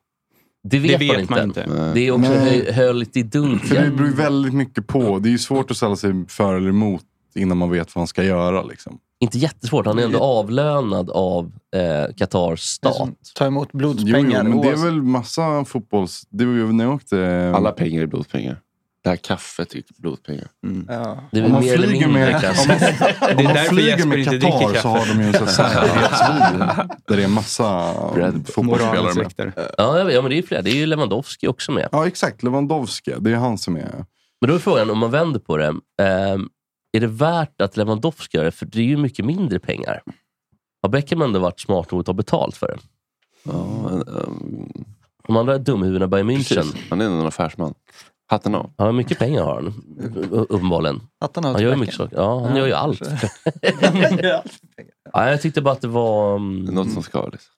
Speaker 4: Det vet, man, inte. Det är också
Speaker 8: Nej.
Speaker 4: hö- höljt i dunkel.
Speaker 8: För det beror ju väldigt mycket på. Det är ju svårt att ställa sig för eller emot innan man vet vad man ska göra. Liksom.
Speaker 4: Inte jättesvårt. Han är ändå avlönad av eh, Qatars stat.
Speaker 6: Ta emot
Speaker 8: Jo, jo,
Speaker 6: blodspengar.
Speaker 8: men det är
Speaker 6: oavsett-
Speaker 8: väl massa fotbolls... Det var ju när jag åkte... eh,
Speaker 1: Alla pengar är blodpengar. Det här kaffet är blodpengar.
Speaker 6: Ja.
Speaker 4: Det är
Speaker 8: om
Speaker 4: väl
Speaker 8: man
Speaker 4: mer eller
Speaker 8: flyger
Speaker 4: mindre
Speaker 8: med, om
Speaker 4: kanske.
Speaker 8: man, om man flyger med Qatar så har de ju en sån här säkerhetsbil där det är massa fotbollsspelare med.
Speaker 4: Ja, jag vet. ja, men det är ju flera. Det är ju Lewandowski också med.
Speaker 8: Ja, exakt. Lewandowski. Det är han som är...
Speaker 4: Men då är frågan, om man vänder på det. ehm, är det värt att Lewandowski gör det? För det är ju mycket mindre pengar. Har Beckham ändå varit smart nog att ta betalt för det? De andra dumhuvudena bara i München.
Speaker 1: ehm, Han är en affärsman. Hatten av.
Speaker 4: Han har mycket pengar har han, u- u- uppenbarligen.
Speaker 6: Hatten av
Speaker 4: han
Speaker 6: till
Speaker 4: gör ju
Speaker 6: Beckham.
Speaker 4: mycket saker. Ja, han
Speaker 6: Ja,
Speaker 4: gör ju allt. ja, jag tyckte bara att det var... mm, Något
Speaker 1: som ska liksom.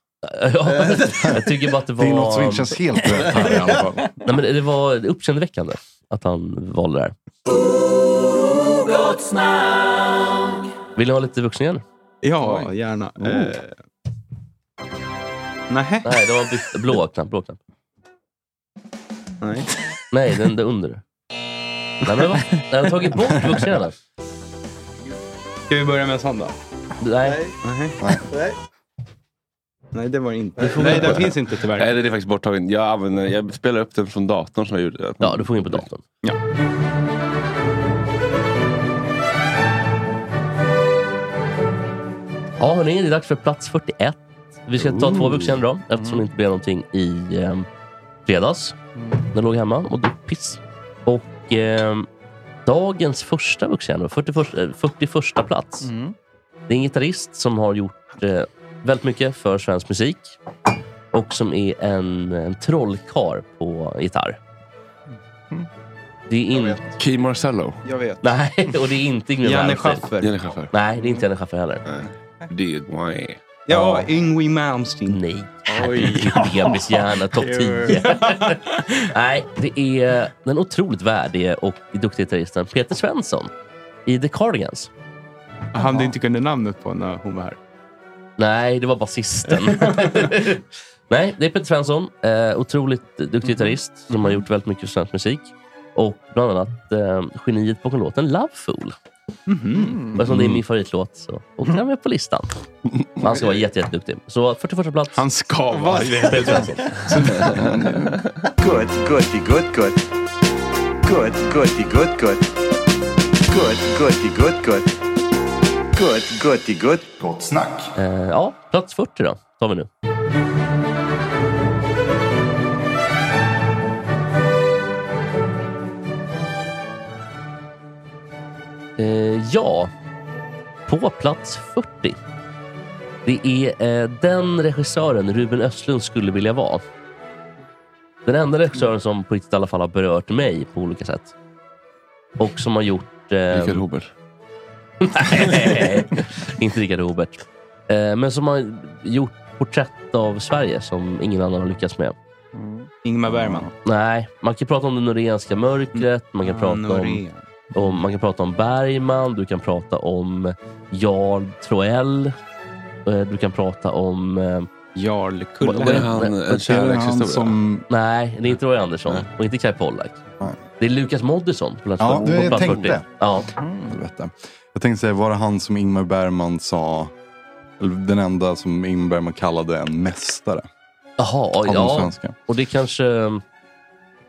Speaker 4: Ja, jag tycker bara att det var...
Speaker 8: Det är något som inte känns helt rätt här i alla fall.
Speaker 4: Nej, men det var uppseendeväckande att han valde det här. Vill ni ha lite vuxna igen?
Speaker 3: Ja, gärna. Eh, Nej.
Speaker 4: Nej, det var bytt- blå knapp. Blå knapp.
Speaker 3: Nej.
Speaker 4: Nej, den där under. Nej, men va? Jag har tagit bort vuxenhjärnan.
Speaker 3: Ska vi börja med en sån då?
Speaker 4: Nej.
Speaker 3: Nej. Nej, det var det inte.
Speaker 1: Nej,
Speaker 3: den finns inte tyvärr.
Speaker 1: Nej, den är faktiskt borttagen. Jag, använder, jag spelar upp den från datorn som jag gjorde den.
Speaker 4: Ja, du får in på datorn.
Speaker 1: Ja.
Speaker 4: Ja, hörni, det är dags för plats 41. Vi ska ta
Speaker 1: Ooh.
Speaker 4: två vuxna idag eftersom det inte blev någonting i eh, fredags. Den låg hemma och drog piss. Och ehm, dagens första vuxen, 41, eh, 41 plats. Det är en gitarrist som har gjort eh, väldigt mycket för svensk musik och som är en, en trollkarl på gitarr. Det är in...
Speaker 1: Key Marcello.
Speaker 3: Jag vet.
Speaker 4: Nej, och det är inte Yngwie
Speaker 3: Janne
Speaker 4: Malmsteen.
Speaker 3: Schaffer.
Speaker 1: Janne Schaffer.
Speaker 4: Nej, det är inte Janne Schaffer heller.
Speaker 1: Det är why.
Speaker 3: Ja, Yngwie Malmsteen.
Speaker 4: Nej. Bebishjärna, topp 10. Nej, det är den otroligt värdige och duktiga gitarristen Peter Svensson i The Cardigans.
Speaker 3: Han du inte kunde namnet på när hon var här.
Speaker 4: Nej, det var basisten. Nej, det är Peter Svensson. Eh, otroligt duktig gitarrist som har gjort väldigt mycket för svensk musik. Och bland annat eh, geniet bakom låten Love Fool. Och Eftersom det är min favoritlåt så åkte han med på listan. Han ska vara jätte, jätteduktig. Så 41 plats. Han
Speaker 3: ska
Speaker 4: vara
Speaker 3: Peter Svensson.
Speaker 10: Good, goody, good, good. Good, goody, good, good. Good, goody, good, good. Good, goody, good. Gott snack.
Speaker 4: Eh, ja, plats 40 då. tar vi nu. Eh, ja, på plats 40. Det är eh, den regissören Ruben Östlund skulle vilja vara. Den enda regissören som på riktigt i alla fall har berört mig på olika sätt. Och som har gjort... Eh,
Speaker 1: Mikael Robert.
Speaker 4: Nej, inte Rickard Robert. Eh, men som har gjort porträtt av Sverige som ingen annan har lyckats med.
Speaker 3: Ingmar Bergman.
Speaker 4: Nej, man kan prata om det Norénska mörkret, man kan
Speaker 3: Ah,
Speaker 4: prata om,
Speaker 3: Norén.
Speaker 4: om, man kan prata om Bergman, du kan prata om Jarl Troell, eh, du kan prata om... Eh,
Speaker 3: Jarl Kulle.
Speaker 4: Vad-
Speaker 3: Är
Speaker 4: vad-
Speaker 3: det han-
Speaker 4: vad-
Speaker 3: en
Speaker 4: vad- vad-
Speaker 3: kärlekshistoria?
Speaker 4: som- Nej, det är inte Roy Andersson och inte Kaj Pollak. Det är Lukas Moodysson på plats
Speaker 8: Ja,
Speaker 4: på
Speaker 8: du, jag
Speaker 4: plats
Speaker 8: tänkte.
Speaker 4: 40. Ja.
Speaker 8: Mm. Helvete. Jag tänkte säga, var det han som Ingmar Bergman sa, eller den enda som Ingmar Bergman kallade en mästare?
Speaker 4: Jaha,
Speaker 8: Av de
Speaker 4: ja.
Speaker 8: svenska.
Speaker 4: Och det kanske... ehm,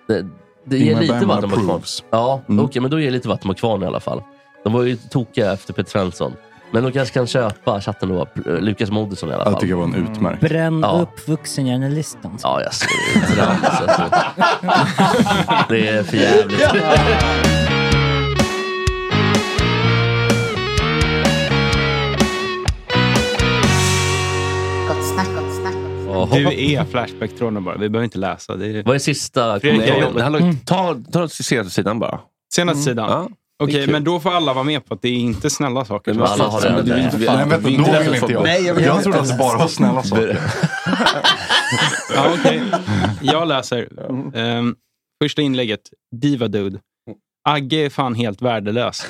Speaker 4: Det, det ger
Speaker 8: Ingmar
Speaker 4: lite
Speaker 8: Bergman
Speaker 4: vatten på kvarn.
Speaker 8: approves.
Speaker 4: Ja, okej, men då ger lite vatten på kvarn i alla fall. De var ju tokiga efter Peter Svensson. Men de kanske kan köpa chatten då, eh, Lukas Moodysson i alla fall.
Speaker 8: Jag tycker det var en
Speaker 4: Mm.
Speaker 8: utmärkt.
Speaker 7: Bränn
Speaker 4: Ja.
Speaker 7: upp vuxenhjärnelistan.
Speaker 4: Ja, jag ser det. Trams, alltså. Det är för jävligt.
Speaker 11: Gott snack, gott snack.
Speaker 3: Du är Flashback-tråden bara. Vi behöver inte läsa. Det är...
Speaker 4: Vad är sista?
Speaker 3: Fredrik, jag
Speaker 1: Nej,
Speaker 3: jobbar.
Speaker 1: han låg, ta, ta senaste sidan bara.
Speaker 4: Mm.
Speaker 3: Senaste sidan?
Speaker 1: Ja, det är
Speaker 3: Okej,
Speaker 1: kul.
Speaker 3: men då får alla vara med på att det är inte snälla saker.
Speaker 1: Men alla har det. Du vill inte veta. Nej, vänta, Vi är inte då där vill för inte jag.
Speaker 8: Nej, jag vill Jag inte trodde att det bara var snälla saker.
Speaker 3: ja, okej. Jag läser. Ehm, första inlägget. Diva Dude. Agge är fan helt värdelös.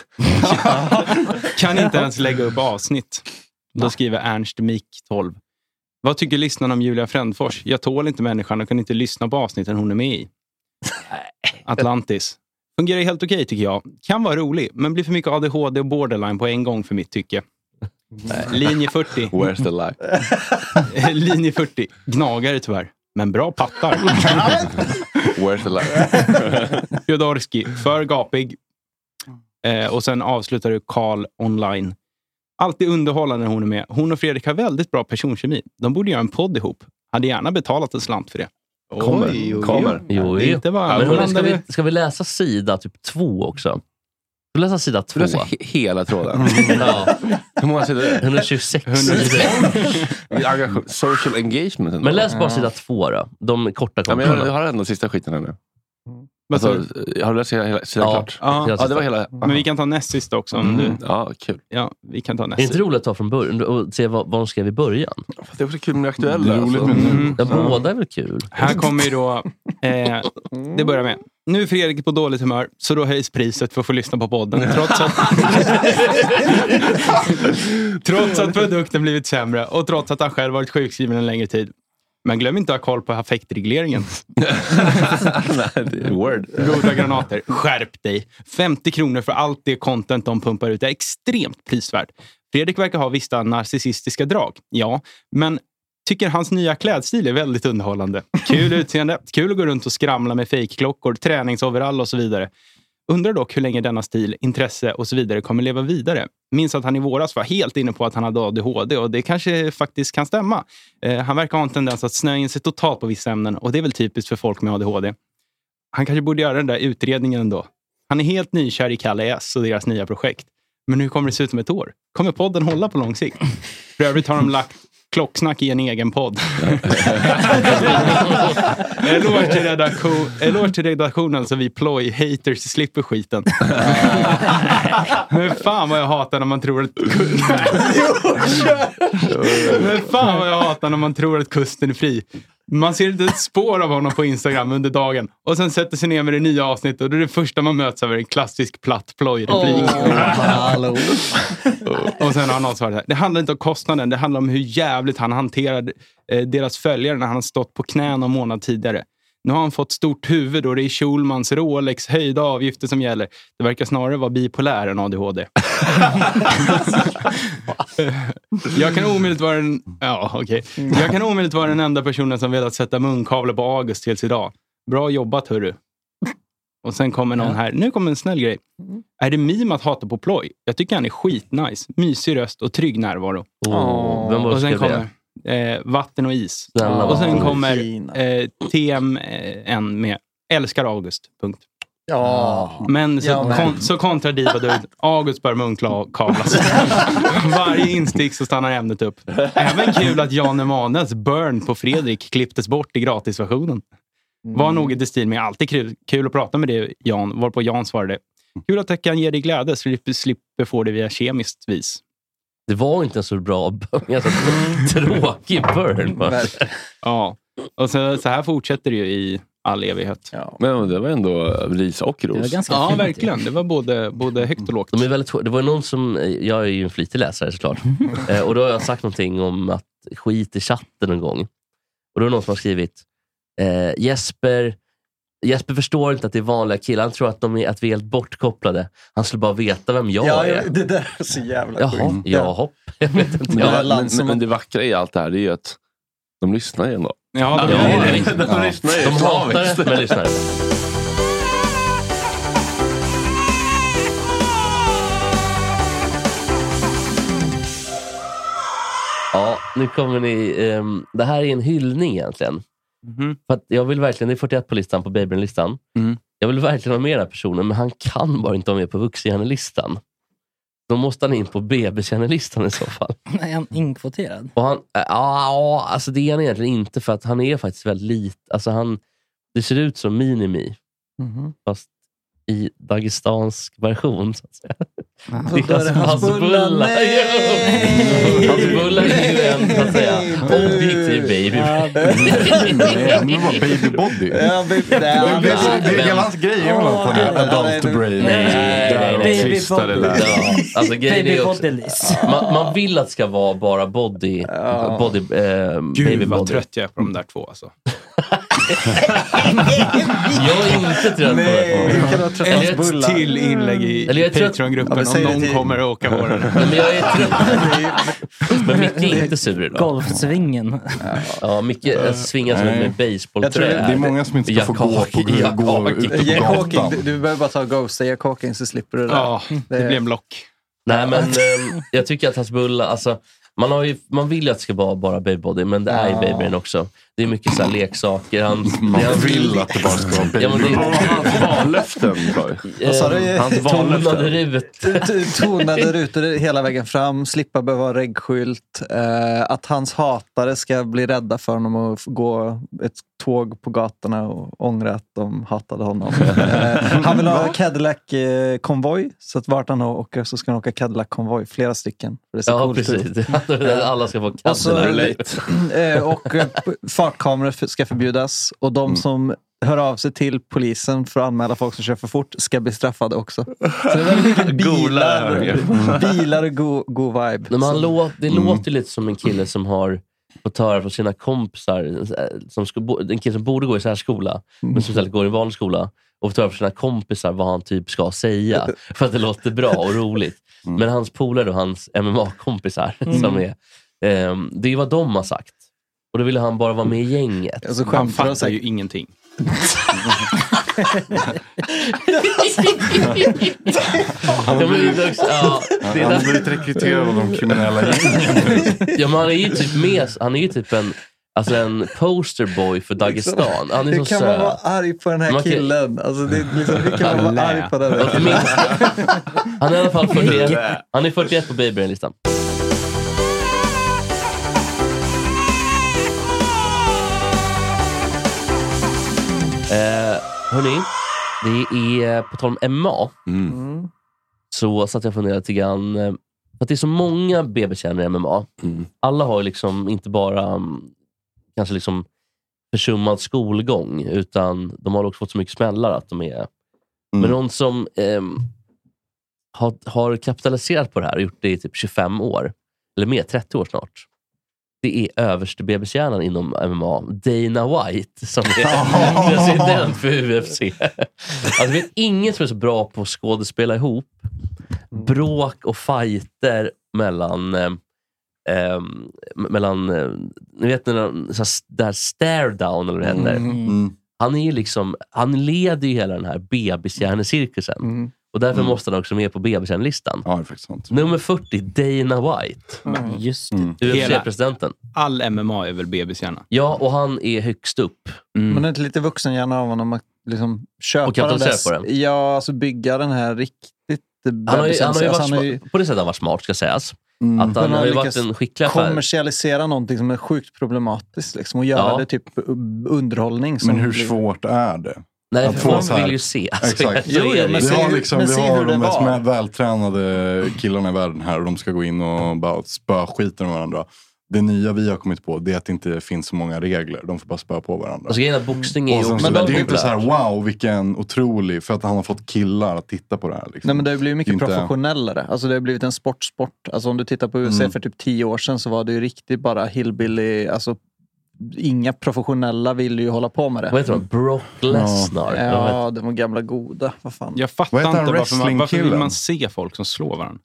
Speaker 3: kan inte ens lägga upp avsnitt. Då skriver Ernst Mik 12. Vad tycker lyssnarna om Julia Frändfors? Jag tål inte människan och kan inte lyssna på avsnitten hon är med i. Atlantis. Fungerar helt okej tycker jag. Kan vara rolig, men blir för mycket ADHD och borderline på en gång för mitt tycke. Linje 40.
Speaker 1: Where's the lie?
Speaker 3: Eh, Linje 40. Gnagare tyvärr, men bra pattar.
Speaker 1: Where's the lie?
Speaker 3: Jodorski, för gapig. Eh, och sen avslutar du Karl online. Alltid underhållande när hon är med. Hon och Fredrik har väldigt bra personkemi. De borde göra en podd ihop. Hade gärna betalat en slant för det.
Speaker 4: Kommer.
Speaker 3: Oj, oj,
Speaker 4: Kommer.
Speaker 3: oj.
Speaker 4: Jo, jo.
Speaker 3: Inte bara,
Speaker 4: Men hörni, ska,
Speaker 3: blandade-
Speaker 4: vi, ska vi läsa sida typ två också? Ska vi läsa sida två?
Speaker 1: läser he- hela tråden.
Speaker 4: ja.
Speaker 1: Hur många sidor är det?
Speaker 4: 126
Speaker 1: Engage- Social engagement. ändå.
Speaker 4: Men läs bara sida två då. De korta
Speaker 1: Ja, men jag, jag
Speaker 4: kommentarerna.
Speaker 1: har ändå sista skiten här nu.
Speaker 3: Vad sa
Speaker 1: Alltså, har du läst hela, hela sidan
Speaker 4: Ja.
Speaker 1: klart?
Speaker 3: Ja.
Speaker 1: ja, det var hela.
Speaker 3: Men vi kan ta näst sista också. Om
Speaker 1: Mm.
Speaker 3: du...
Speaker 1: Ja, kul.
Speaker 3: Ja, vi kan ta
Speaker 4: Är det
Speaker 3: näst
Speaker 4: inte roligt att ta från början och se vad, vad de skrev i början?
Speaker 1: Det är kul med aktuella.
Speaker 4: Det är
Speaker 8: alltså.
Speaker 4: roligt med nu. Ja,
Speaker 3: Ja.
Speaker 4: båda är väl kul?
Speaker 3: Här kommer ju då... Eh, det börjar med. Nu är Fredrik på dåligt humör, så då höjs priset för att få lyssna på podden. Trots att, trots att produkten blivit sämre och trots att han själv varit sjukskriven en längre tid. Men glöm inte att ha koll på affektregleringen. Word. Goda granater. Skärp dig. 50 kronor för allt det content de pumpar ut är extremt prisvärt. Fredrik verkar ha vissa narcissistiska drag. Ja, men tycker hans nya klädstil är väldigt underhållande. Kul utseende, kul att gå runt och skramla med fejkklockor, träningsoverall och så vidare. Undrar dock hur länge denna stil, intresse och så vidare kommer leva vidare. Minns att han i våras var helt inne på att han hade ADHD och det kanske faktiskt kan stämma. Eh, han verkar ha en tendens att snöa in sig totalt på vissa ämnen och det är väl typiskt för folk med ADHD. Han kanske borde göra den där utredningen ändå. Han är helt nykär i Kalle S och deras nya projekt. Men hur kommer det se ut om ett år? Kommer podden hålla på lång sikt? För övrigt har de lagt Klocksnack i en egen podd. Eloge till, redaktion, eloge till redaktionen så vi ploj-haters slipper skiten. Men fan vad jag hatar när man tror att... Men fan vad jag hatar när man tror att kusten är fri. Man ser inte ett spår av honom på Instagram under dagen och sen sätter sig ner med det nya avsnittet och det är det första man möts av är en klassisk platt ploj-replik. Och sen har någon svarat här. Det handlar inte om kostnaden, det handlar om hur jävligt han hanterar eh, deras följare när han har stått på knä någon månad tidigare. Nu har han fått stort huvud och det är Schulmans, Rolex, höjda avgifter som gäller. Det verkar snarare vara bipolär än ADHD. Jag kan omöjligt vara den... Ja, okej. Jag kan omöjligt vara den enda personen som velat sätta munkavle på August tills idag. Bra jobbat, hörru. Och sen kommer någon här. Nu kommer en snäll grej.
Speaker 6: Mm.
Speaker 3: Är det meme att hata på ploj? Jag tycker han är skitnice. Mysig röst och trygg närvaro.
Speaker 4: Åh, vem var det
Speaker 3: och sen
Speaker 4: som skrev
Speaker 3: kommer eh, Vatten och is.
Speaker 4: Snälla
Speaker 3: och sen
Speaker 4: vatten.
Speaker 3: kommer eh, TMN med Älskar August. Punkt.
Speaker 6: Ja.
Speaker 3: Men så,
Speaker 6: Ja, men.
Speaker 3: Kon, så kontrar Diva Dude. August bör munkavlas. Varje instick så stannar ämnet upp. Även kul att Jan Emanuels burn på Fredrik klipptes bort i gratisversionen. Var
Speaker 4: Mm.
Speaker 3: något i stil med alltid kul, kul att prata med dig Jan, varpå Jan svarade
Speaker 4: Mm.
Speaker 3: kul att jag kan ge dig glädje så du slipper få det via kemiskt vis.
Speaker 4: Det var inte en så bra början. Tråkig burn. bara.
Speaker 3: Ja, och så, så här fortsätter det ju i all evighet.
Speaker 1: Men det var ändå ris och ros.
Speaker 3: ja, verkligen. Det var både, både högt och lågt.
Speaker 4: De är väldigt hårda. Det var ju någon som, jag är ju en flitig läsare såklart. Eh, och då har jag sagt någonting om att skit i chatten en gång. Och då är det någon som har skrivit eh, Jesper, Jesper förstår inte att det är vanliga killar. Han tror att, de är, att vi är helt bortkopplade. Han skulle bara veta vem jag
Speaker 6: Ja,
Speaker 4: är.
Speaker 6: jag- det där är så jävla
Speaker 4: Jaha, jaha. Jag vet inte.
Speaker 1: Men,
Speaker 4: Ja,
Speaker 1: det, men,
Speaker 4: men-
Speaker 1: men det vackra i allt det här det är ju att de lyssnar ju ändå.
Speaker 3: Ja,
Speaker 4: de-
Speaker 1: de,
Speaker 4: Ja,
Speaker 1: lyssnar.
Speaker 4: ja.
Speaker 1: de lyssnar ju.
Speaker 4: De hatar det,
Speaker 1: Slaviskt.
Speaker 4: men lyssnar. Ja, nu kommer ni. ehm, det här är en hyllning egentligen. För att jag vill verkligen, det är 41 på listan, på Babyn-listan.
Speaker 3: Mm.
Speaker 4: Jag vill verkligen ha med den här personen, men han kan bara inte vara med på vuxenhjärnelistan. Då måste han in på BB-kärnelistan i så fall.
Speaker 7: Är han inkvoterad?
Speaker 4: Och han, äh, ja, ja, alltså det är han egentligen inte, för att han är faktiskt väldigt liten. Alltså han, det ser ut som Minimi, fast i dagestansk version. Så att säga. Det är alltså hans bullar.
Speaker 6: Nej!
Speaker 4: Hans bullar är ju en, så att säga, objektiv baby.
Speaker 8: Nej, men vad, baby body?
Speaker 6: Ja, baby, det
Speaker 8: är- det är- det är hela hans grej. Jag vill ha på det.
Speaker 1: Adult brain. Där de tvistar det där.
Speaker 4: Ja, alltså, grejen
Speaker 7: Baby
Speaker 4: är också-
Speaker 7: bodyless.
Speaker 4: Man, man vill att det ska vara bara body. body eh, baby
Speaker 3: Gud vad
Speaker 4: body.
Speaker 3: trött jag är på de där två. Alltså.
Speaker 4: Jag är inte trött
Speaker 3: Nej,
Speaker 4: på
Speaker 3: hur kan du ha
Speaker 4: det.
Speaker 3: trött hans bullar?
Speaker 4: Eller jag är trött-
Speaker 3: Patreon-gruppen
Speaker 4: Ja, men säg
Speaker 3: om
Speaker 4: det
Speaker 3: någon
Speaker 4: till-
Speaker 3: kommer att åka håren.
Speaker 4: Men jag är trött. Men Micke är inte sur idag.
Speaker 7: Golfsvingen.
Speaker 4: Ja, Micke eh, svingar som
Speaker 8: Nej.
Speaker 4: med basebollträ.
Speaker 8: Jag tror det- det är många som inte ska få gå på grund av gå ut på
Speaker 6: Jack Hawking,
Speaker 8: gatan.
Speaker 6: du, du behöver bara ta Ghost, Jack Hawking så slipper du det.
Speaker 4: Ja, det blir en
Speaker 3: block.
Speaker 4: Nej, men ehm, jag tycker att hans bullar... Alltså, man, har ju, man vill ju att det ska vara bara babybody, men det är ju
Speaker 6: Ja.
Speaker 4: babybrain också. Det är mycket så här leksaker. Han,
Speaker 1: Man
Speaker 4: det är hans-
Speaker 1: vill att det bara ska vara
Speaker 4: Ja, men det-
Speaker 1: baby. Hans vallöften.
Speaker 6: Vad sa du?
Speaker 1: Hans vallöften.
Speaker 4: ut.
Speaker 6: Tonade rutor hela vägen fram, slippa behöva ha reggskylt. Eh, att hans hatare ska bli rädda för honom och f- gå ett tåg på gatorna och ångra att de hatade honom. Eh, han vill ha Cadillac-konvoj, så att vart han åker så ska han åka Cadillac-konvoj, flera stycken. Det ser
Speaker 4: Ja,
Speaker 6: coolt ut.
Speaker 4: precis. Alla ska få
Speaker 6: Och, så,
Speaker 4: Cadillac.
Speaker 6: Eh, och eh, fartkameror f- ska förbjudas och
Speaker 4: Mm.
Speaker 6: de som hör av sig till polisen för att anmäla folk som kör för fort ska bli straffade också.
Speaker 4: Mm.
Speaker 6: Så det är väldigt mycket bilar, bilar och go, go vibe.
Speaker 4: Nej, men han lå, det
Speaker 6: Mm.
Speaker 4: låter ju lite som en kille som har fått höra från sina kompisar, eh, som ska, bo- en kille som borde gå i särskola, men som istället går i vanlig skola, och fått höra från sina kompisar vad han typ ska säga, för att det låter bra och roligt.
Speaker 8: Mm.
Speaker 4: Men hans polare och hans MMA-kompisar,
Speaker 6: Mm.
Speaker 4: som är, ehm, det är vad de har sagt. Och då ville han bara vara med i gänget.
Speaker 6: Alltså, skämtar Han fattar de säkert-
Speaker 4: ju ingenting.
Speaker 8: Han har blivit,
Speaker 4: ja, det är
Speaker 8: han har
Speaker 4: där-
Speaker 8: blivit rekryterad av de kriminella gängen.
Speaker 4: Ja, men han är ju typ med, han är ju typ en, alltså en posterboy för Dagestan. Han är så
Speaker 6: Hur kan man
Speaker 4: söt.
Speaker 6: vara arg på den här
Speaker 4: Man kan-
Speaker 6: killen? Alltså, det, är liksom, hur kan man vara
Speaker 4: Lä.
Speaker 6: arg på den här
Speaker 4: Varför
Speaker 6: killen?
Speaker 4: minns- Han är i alla fall 41,
Speaker 6: Lä.
Speaker 4: han är 41 på Babybrain-listan. Eh, hörni, det är eh, på tal om MMA. Så satt jag och funderade lite grann. eh, För att det är så många BB-kännare i MMA. Alla har ju liksom inte bara mm, kanske liksom försummad skolgång, utan de har också fått så mycket smällar att de är... Men någon som ehm, har, har kapitaliserat på det här och gjort det i typ 25 år, eller mer, 30 år snart. Det är överste bbc inom MMA, Dana White, som är president för UFC. Alltså, det finns ingen som är så bra på att skådespela ihop bråk och fighter mellan eh, ehm, mellan, eh, ni vet när de, så här, där stare down eller vad det heter. Han är ju liksom, han leder ju hela den här bebishjärnecirkusen. Och därför måste han också med på bebishjärnelistan.
Speaker 8: Ja, det är faktiskt sant.
Speaker 4: Nummer 40, Dana White.
Speaker 3: Mm.
Speaker 7: Just
Speaker 4: UFC-presidenten.
Speaker 3: All MMA är väl bebishjärna?
Speaker 4: Ja, och han är högst upp.
Speaker 6: Men är inte lite vuxenhjärna av honom att liksom köpa
Speaker 3: Och kapitalisera
Speaker 6: dess-
Speaker 4: på den.
Speaker 6: Ja, alltså bygga den här riktigt
Speaker 4: Han har ju,
Speaker 6: bebisen.
Speaker 4: han har ju varit,
Speaker 6: Alltså, han har Mm.
Speaker 4: sma- På det sättet har han varit smart, ska sägas. Att han
Speaker 6: Men
Speaker 4: har ju varit
Speaker 6: lyckats
Speaker 4: en skicklig affär.
Speaker 6: kommersialisera någonting som är sjukt problematiskt liksom, och göra
Speaker 4: Ja.
Speaker 6: det typ underhållning. Som
Speaker 8: Men hur
Speaker 6: blir-
Speaker 8: svårt är det?
Speaker 4: Nej,
Speaker 8: Att
Speaker 4: för
Speaker 8: få
Speaker 4: folk
Speaker 8: så här-
Speaker 4: vill ju se. Alltså,
Speaker 8: Exakt.
Speaker 4: så är det ju. Men
Speaker 8: vi
Speaker 4: se
Speaker 8: har,
Speaker 4: hur-
Speaker 8: liksom,
Speaker 4: men
Speaker 8: vi
Speaker 4: se
Speaker 8: har
Speaker 4: hur det
Speaker 8: de mest
Speaker 4: var.
Speaker 8: vältränade killarna i världen här och de ska gå in och bara spöa skiten med varandra. Det nya vi har kommit på det är att det inte finns så många regler. De får bara spöa på varandra.
Speaker 4: Alltså, grejen är att boxning är
Speaker 8: Och
Speaker 4: ju
Speaker 8: sen, så,
Speaker 4: också
Speaker 8: det är ju inte så här,
Speaker 4: populärt.
Speaker 8: wow vilken otrolig, för att han har fått killar att titta på det här. Liksom.
Speaker 6: Nej, men det har ju blivit mycket
Speaker 8: Det är inte-
Speaker 6: professionellare. Alltså, det har blivit en sportsport. Alltså, om du tittar på UFC
Speaker 8: Mm.
Speaker 6: för typ tio år sedan så var det ju riktigt bara hillbilly. Alltså, inga professionella ville ju hålla på med det.
Speaker 4: Vad heter de? Brock Lesnar?
Speaker 6: Ja,
Speaker 4: Eller vad
Speaker 6: ja de var gamla goda. Vad fan.
Speaker 3: Jag fattar inte varför, man, varför vill man se folk som slår varandra?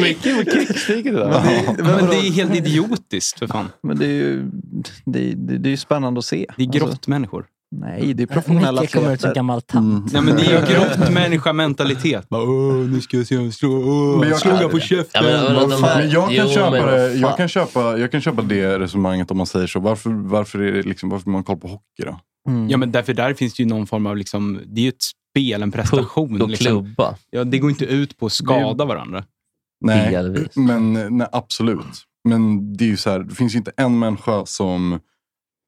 Speaker 6: Mycket
Speaker 3: med krigsstigen idag. Men, det- men det är helt idiotiskt för fan.
Speaker 6: Men det är ju, det, det, det är ju spännande att se.
Speaker 3: Det är grottmänniskor.
Speaker 6: Nej, det är professionella
Speaker 7: Micke kommer ut som
Speaker 6: atleter.
Speaker 7: gammal tant.
Speaker 8: Mm.
Speaker 3: Nej, men det är ju grottmänniska-mentalitet. Bara, Åh, nu ska jag se honom slå. Åh, han slog han på käften.
Speaker 8: Vad fan, men jag, kan köpa det, jag, kan köpa, jag kan köpa det resonemanget om man säger så. Varför, varför, är det liksom, varför har man koll på hockey då?
Speaker 3: Ja, men därför där finns det ju någon form av... Liksom, det är ju ett spel, en prestation.
Speaker 8: och
Speaker 3: liksom.
Speaker 8: klubba.
Speaker 3: Ja, det går inte ut på att skada varandra.
Speaker 8: Nej, men, nej, absolut. Men det är ju så här, det finns ju inte en människa som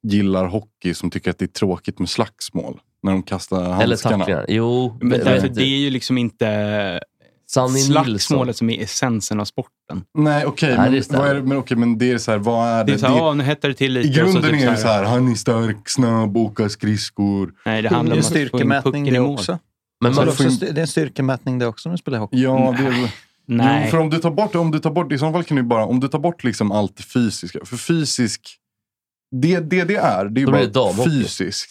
Speaker 8: gillar hockey som tycker att det är tråkigt med slagsmål. När de kastar handskarna.
Speaker 4: Jo,
Speaker 3: men
Speaker 8: det-
Speaker 3: därför,
Speaker 8: det-
Speaker 3: det är ju liksom inte
Speaker 4: Sanny Nilsson.
Speaker 3: slagsmålet som är essensen av sporten.
Speaker 8: Nej, okej.
Speaker 3: Nej, det
Speaker 8: men, vad
Speaker 3: stämmer.
Speaker 8: är det- men, okej, men det är så här, vad är det?
Speaker 3: Det är så här, "Ah, nu hettar det till lite
Speaker 8: I
Speaker 3: och så
Speaker 8: grunden
Speaker 3: typ
Speaker 8: är
Speaker 3: så
Speaker 8: det
Speaker 3: här-
Speaker 8: så här, han är stark, snabb, åker skridskor.
Speaker 3: Nej,
Speaker 6: Det handlar om styrkemätning det också.
Speaker 8: Men
Speaker 6: Men
Speaker 8: man-
Speaker 6: också styr, det är en styrkemätning det också när du spelar hockey.
Speaker 8: Ja, det är väl...
Speaker 6: Nej.
Speaker 8: Jo, för om du tar bort, om du tar bort, i så fall kan du ju bara, om du tar bort liksom allt det fysiska. För fysisk, det det, det är, det är ju
Speaker 3: Då blir det
Speaker 8: bara
Speaker 3: damhockey.
Speaker 8: fysiskt.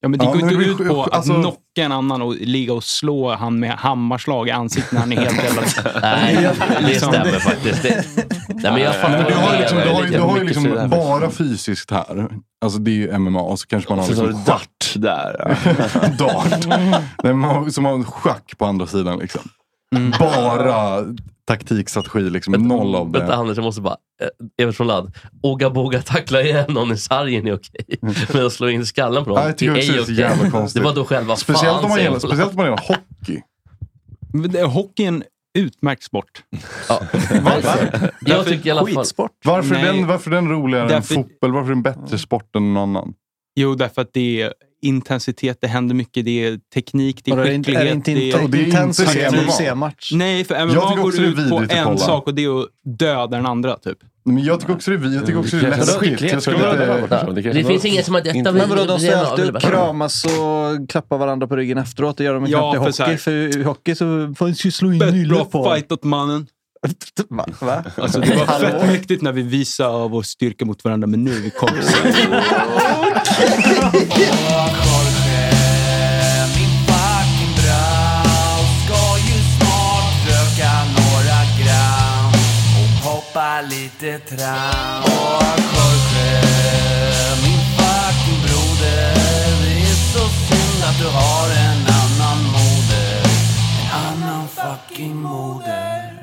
Speaker 3: Ja, men det
Speaker 8: Ja,
Speaker 3: går
Speaker 8: men
Speaker 3: inte
Speaker 8: det
Speaker 3: ut
Speaker 8: blir-
Speaker 3: på att
Speaker 8: alltså-
Speaker 3: knocka en annan och ligga och slå han med hammarslag i ansiktet när han är helt jävla...
Speaker 4: Nej, det
Speaker 3: Liksom.
Speaker 8: Liksom-
Speaker 4: stämmer faktiskt. Det, nej, men jag fattar
Speaker 8: Nej, men du
Speaker 4: vad
Speaker 8: har
Speaker 4: menar.
Speaker 8: ju liksom, du har, ju-
Speaker 4: Det
Speaker 8: du
Speaker 4: är
Speaker 8: har ju
Speaker 4: mycket så
Speaker 8: liksom
Speaker 4: där.
Speaker 8: bara fysiskt här. Alltså det är ju MMA. och Så kanske man har
Speaker 4: Och så
Speaker 8: liksom
Speaker 4: har
Speaker 8: dart där. dart. Nej, man har, som har schack på andra sidan liksom. Bara taktik, strategi, liksom. noll av det.
Speaker 4: Mm. Vänta Anders, jag måste bara... eh, Evert från Ladd. Oga boga tackla igen någon i sargen är okej. Men att slå in skallen på någon
Speaker 8: Ja, jag tycker också det är så jävla konstigt.
Speaker 4: Det var då själva
Speaker 8: Speciellt
Speaker 4: fan,
Speaker 8: om man
Speaker 4: säger
Speaker 8: gillar-
Speaker 4: jag.
Speaker 8: speciellt om man gillar hockey.
Speaker 3: Men det- Hockey är en utmärkt sport.
Speaker 8: Varför?
Speaker 4: Jag tycker i alla fall...
Speaker 8: Varför är
Speaker 3: Nej.
Speaker 8: den, varför är den roligare
Speaker 3: Därför-
Speaker 8: än fotboll? Varför är den bättre sport än någon annan?
Speaker 3: Jo, därför att det är intensitet, det händer mycket, det är teknik, det är
Speaker 6: Vadå, är det inte-
Speaker 3: skicklighet.
Speaker 6: är det inte inte- Och det är inte intens det taktik. UFC-match?
Speaker 3: Nej, för
Speaker 8: Jag
Speaker 3: MMA
Speaker 8: tycker
Speaker 3: går
Speaker 8: också det är
Speaker 3: ut på
Speaker 8: vidrigt att
Speaker 3: en
Speaker 8: kolla.
Speaker 3: sak och det är att döda den andra. Typ.
Speaker 8: Men jag tycker också det är vi. Jag tycker också det är läskigt. Jag skulle inte...
Speaker 6: Men vadå, de står alltid och kramas och klappar varandra på ryggen efteråt. Det gör de
Speaker 3: Ja,
Speaker 6: knappt
Speaker 3: för
Speaker 6: i
Speaker 3: så
Speaker 6: hockey.
Speaker 3: här-
Speaker 6: För i hockey så får man ju slå in nyllet på.
Speaker 3: Fight åt mannen.
Speaker 6: Va?
Speaker 9: Alltså, det var
Speaker 6: Hallå?
Speaker 9: fett mäktigt när vi visade vår styrka mot varandra, men nu är vi kompisar.
Speaker 10: Hoppa lite tram Och Jorge, min fucking broder Det är så synd att du har en annan moder En annan fucking moder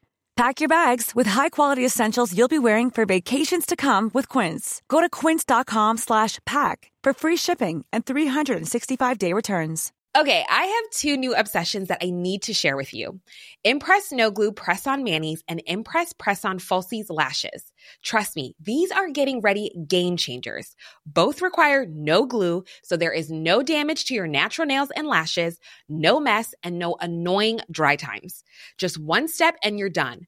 Speaker 12: Pack your bags with high-quality essentials you'll be wearing for vacations to come with Quince. Go to quince.com slash pack for free shipping and 365-day returns.
Speaker 11: Okay, I have two new obsessions that I need to share with you Impress No Glue Press On Manny's and Impress Press On Falsies Lashes. Trust me, these are getting ready game changers. Both require no glue, so there is no damage to your natural nails and lashes, no mess, and no annoying dry times. Just one step and you're done.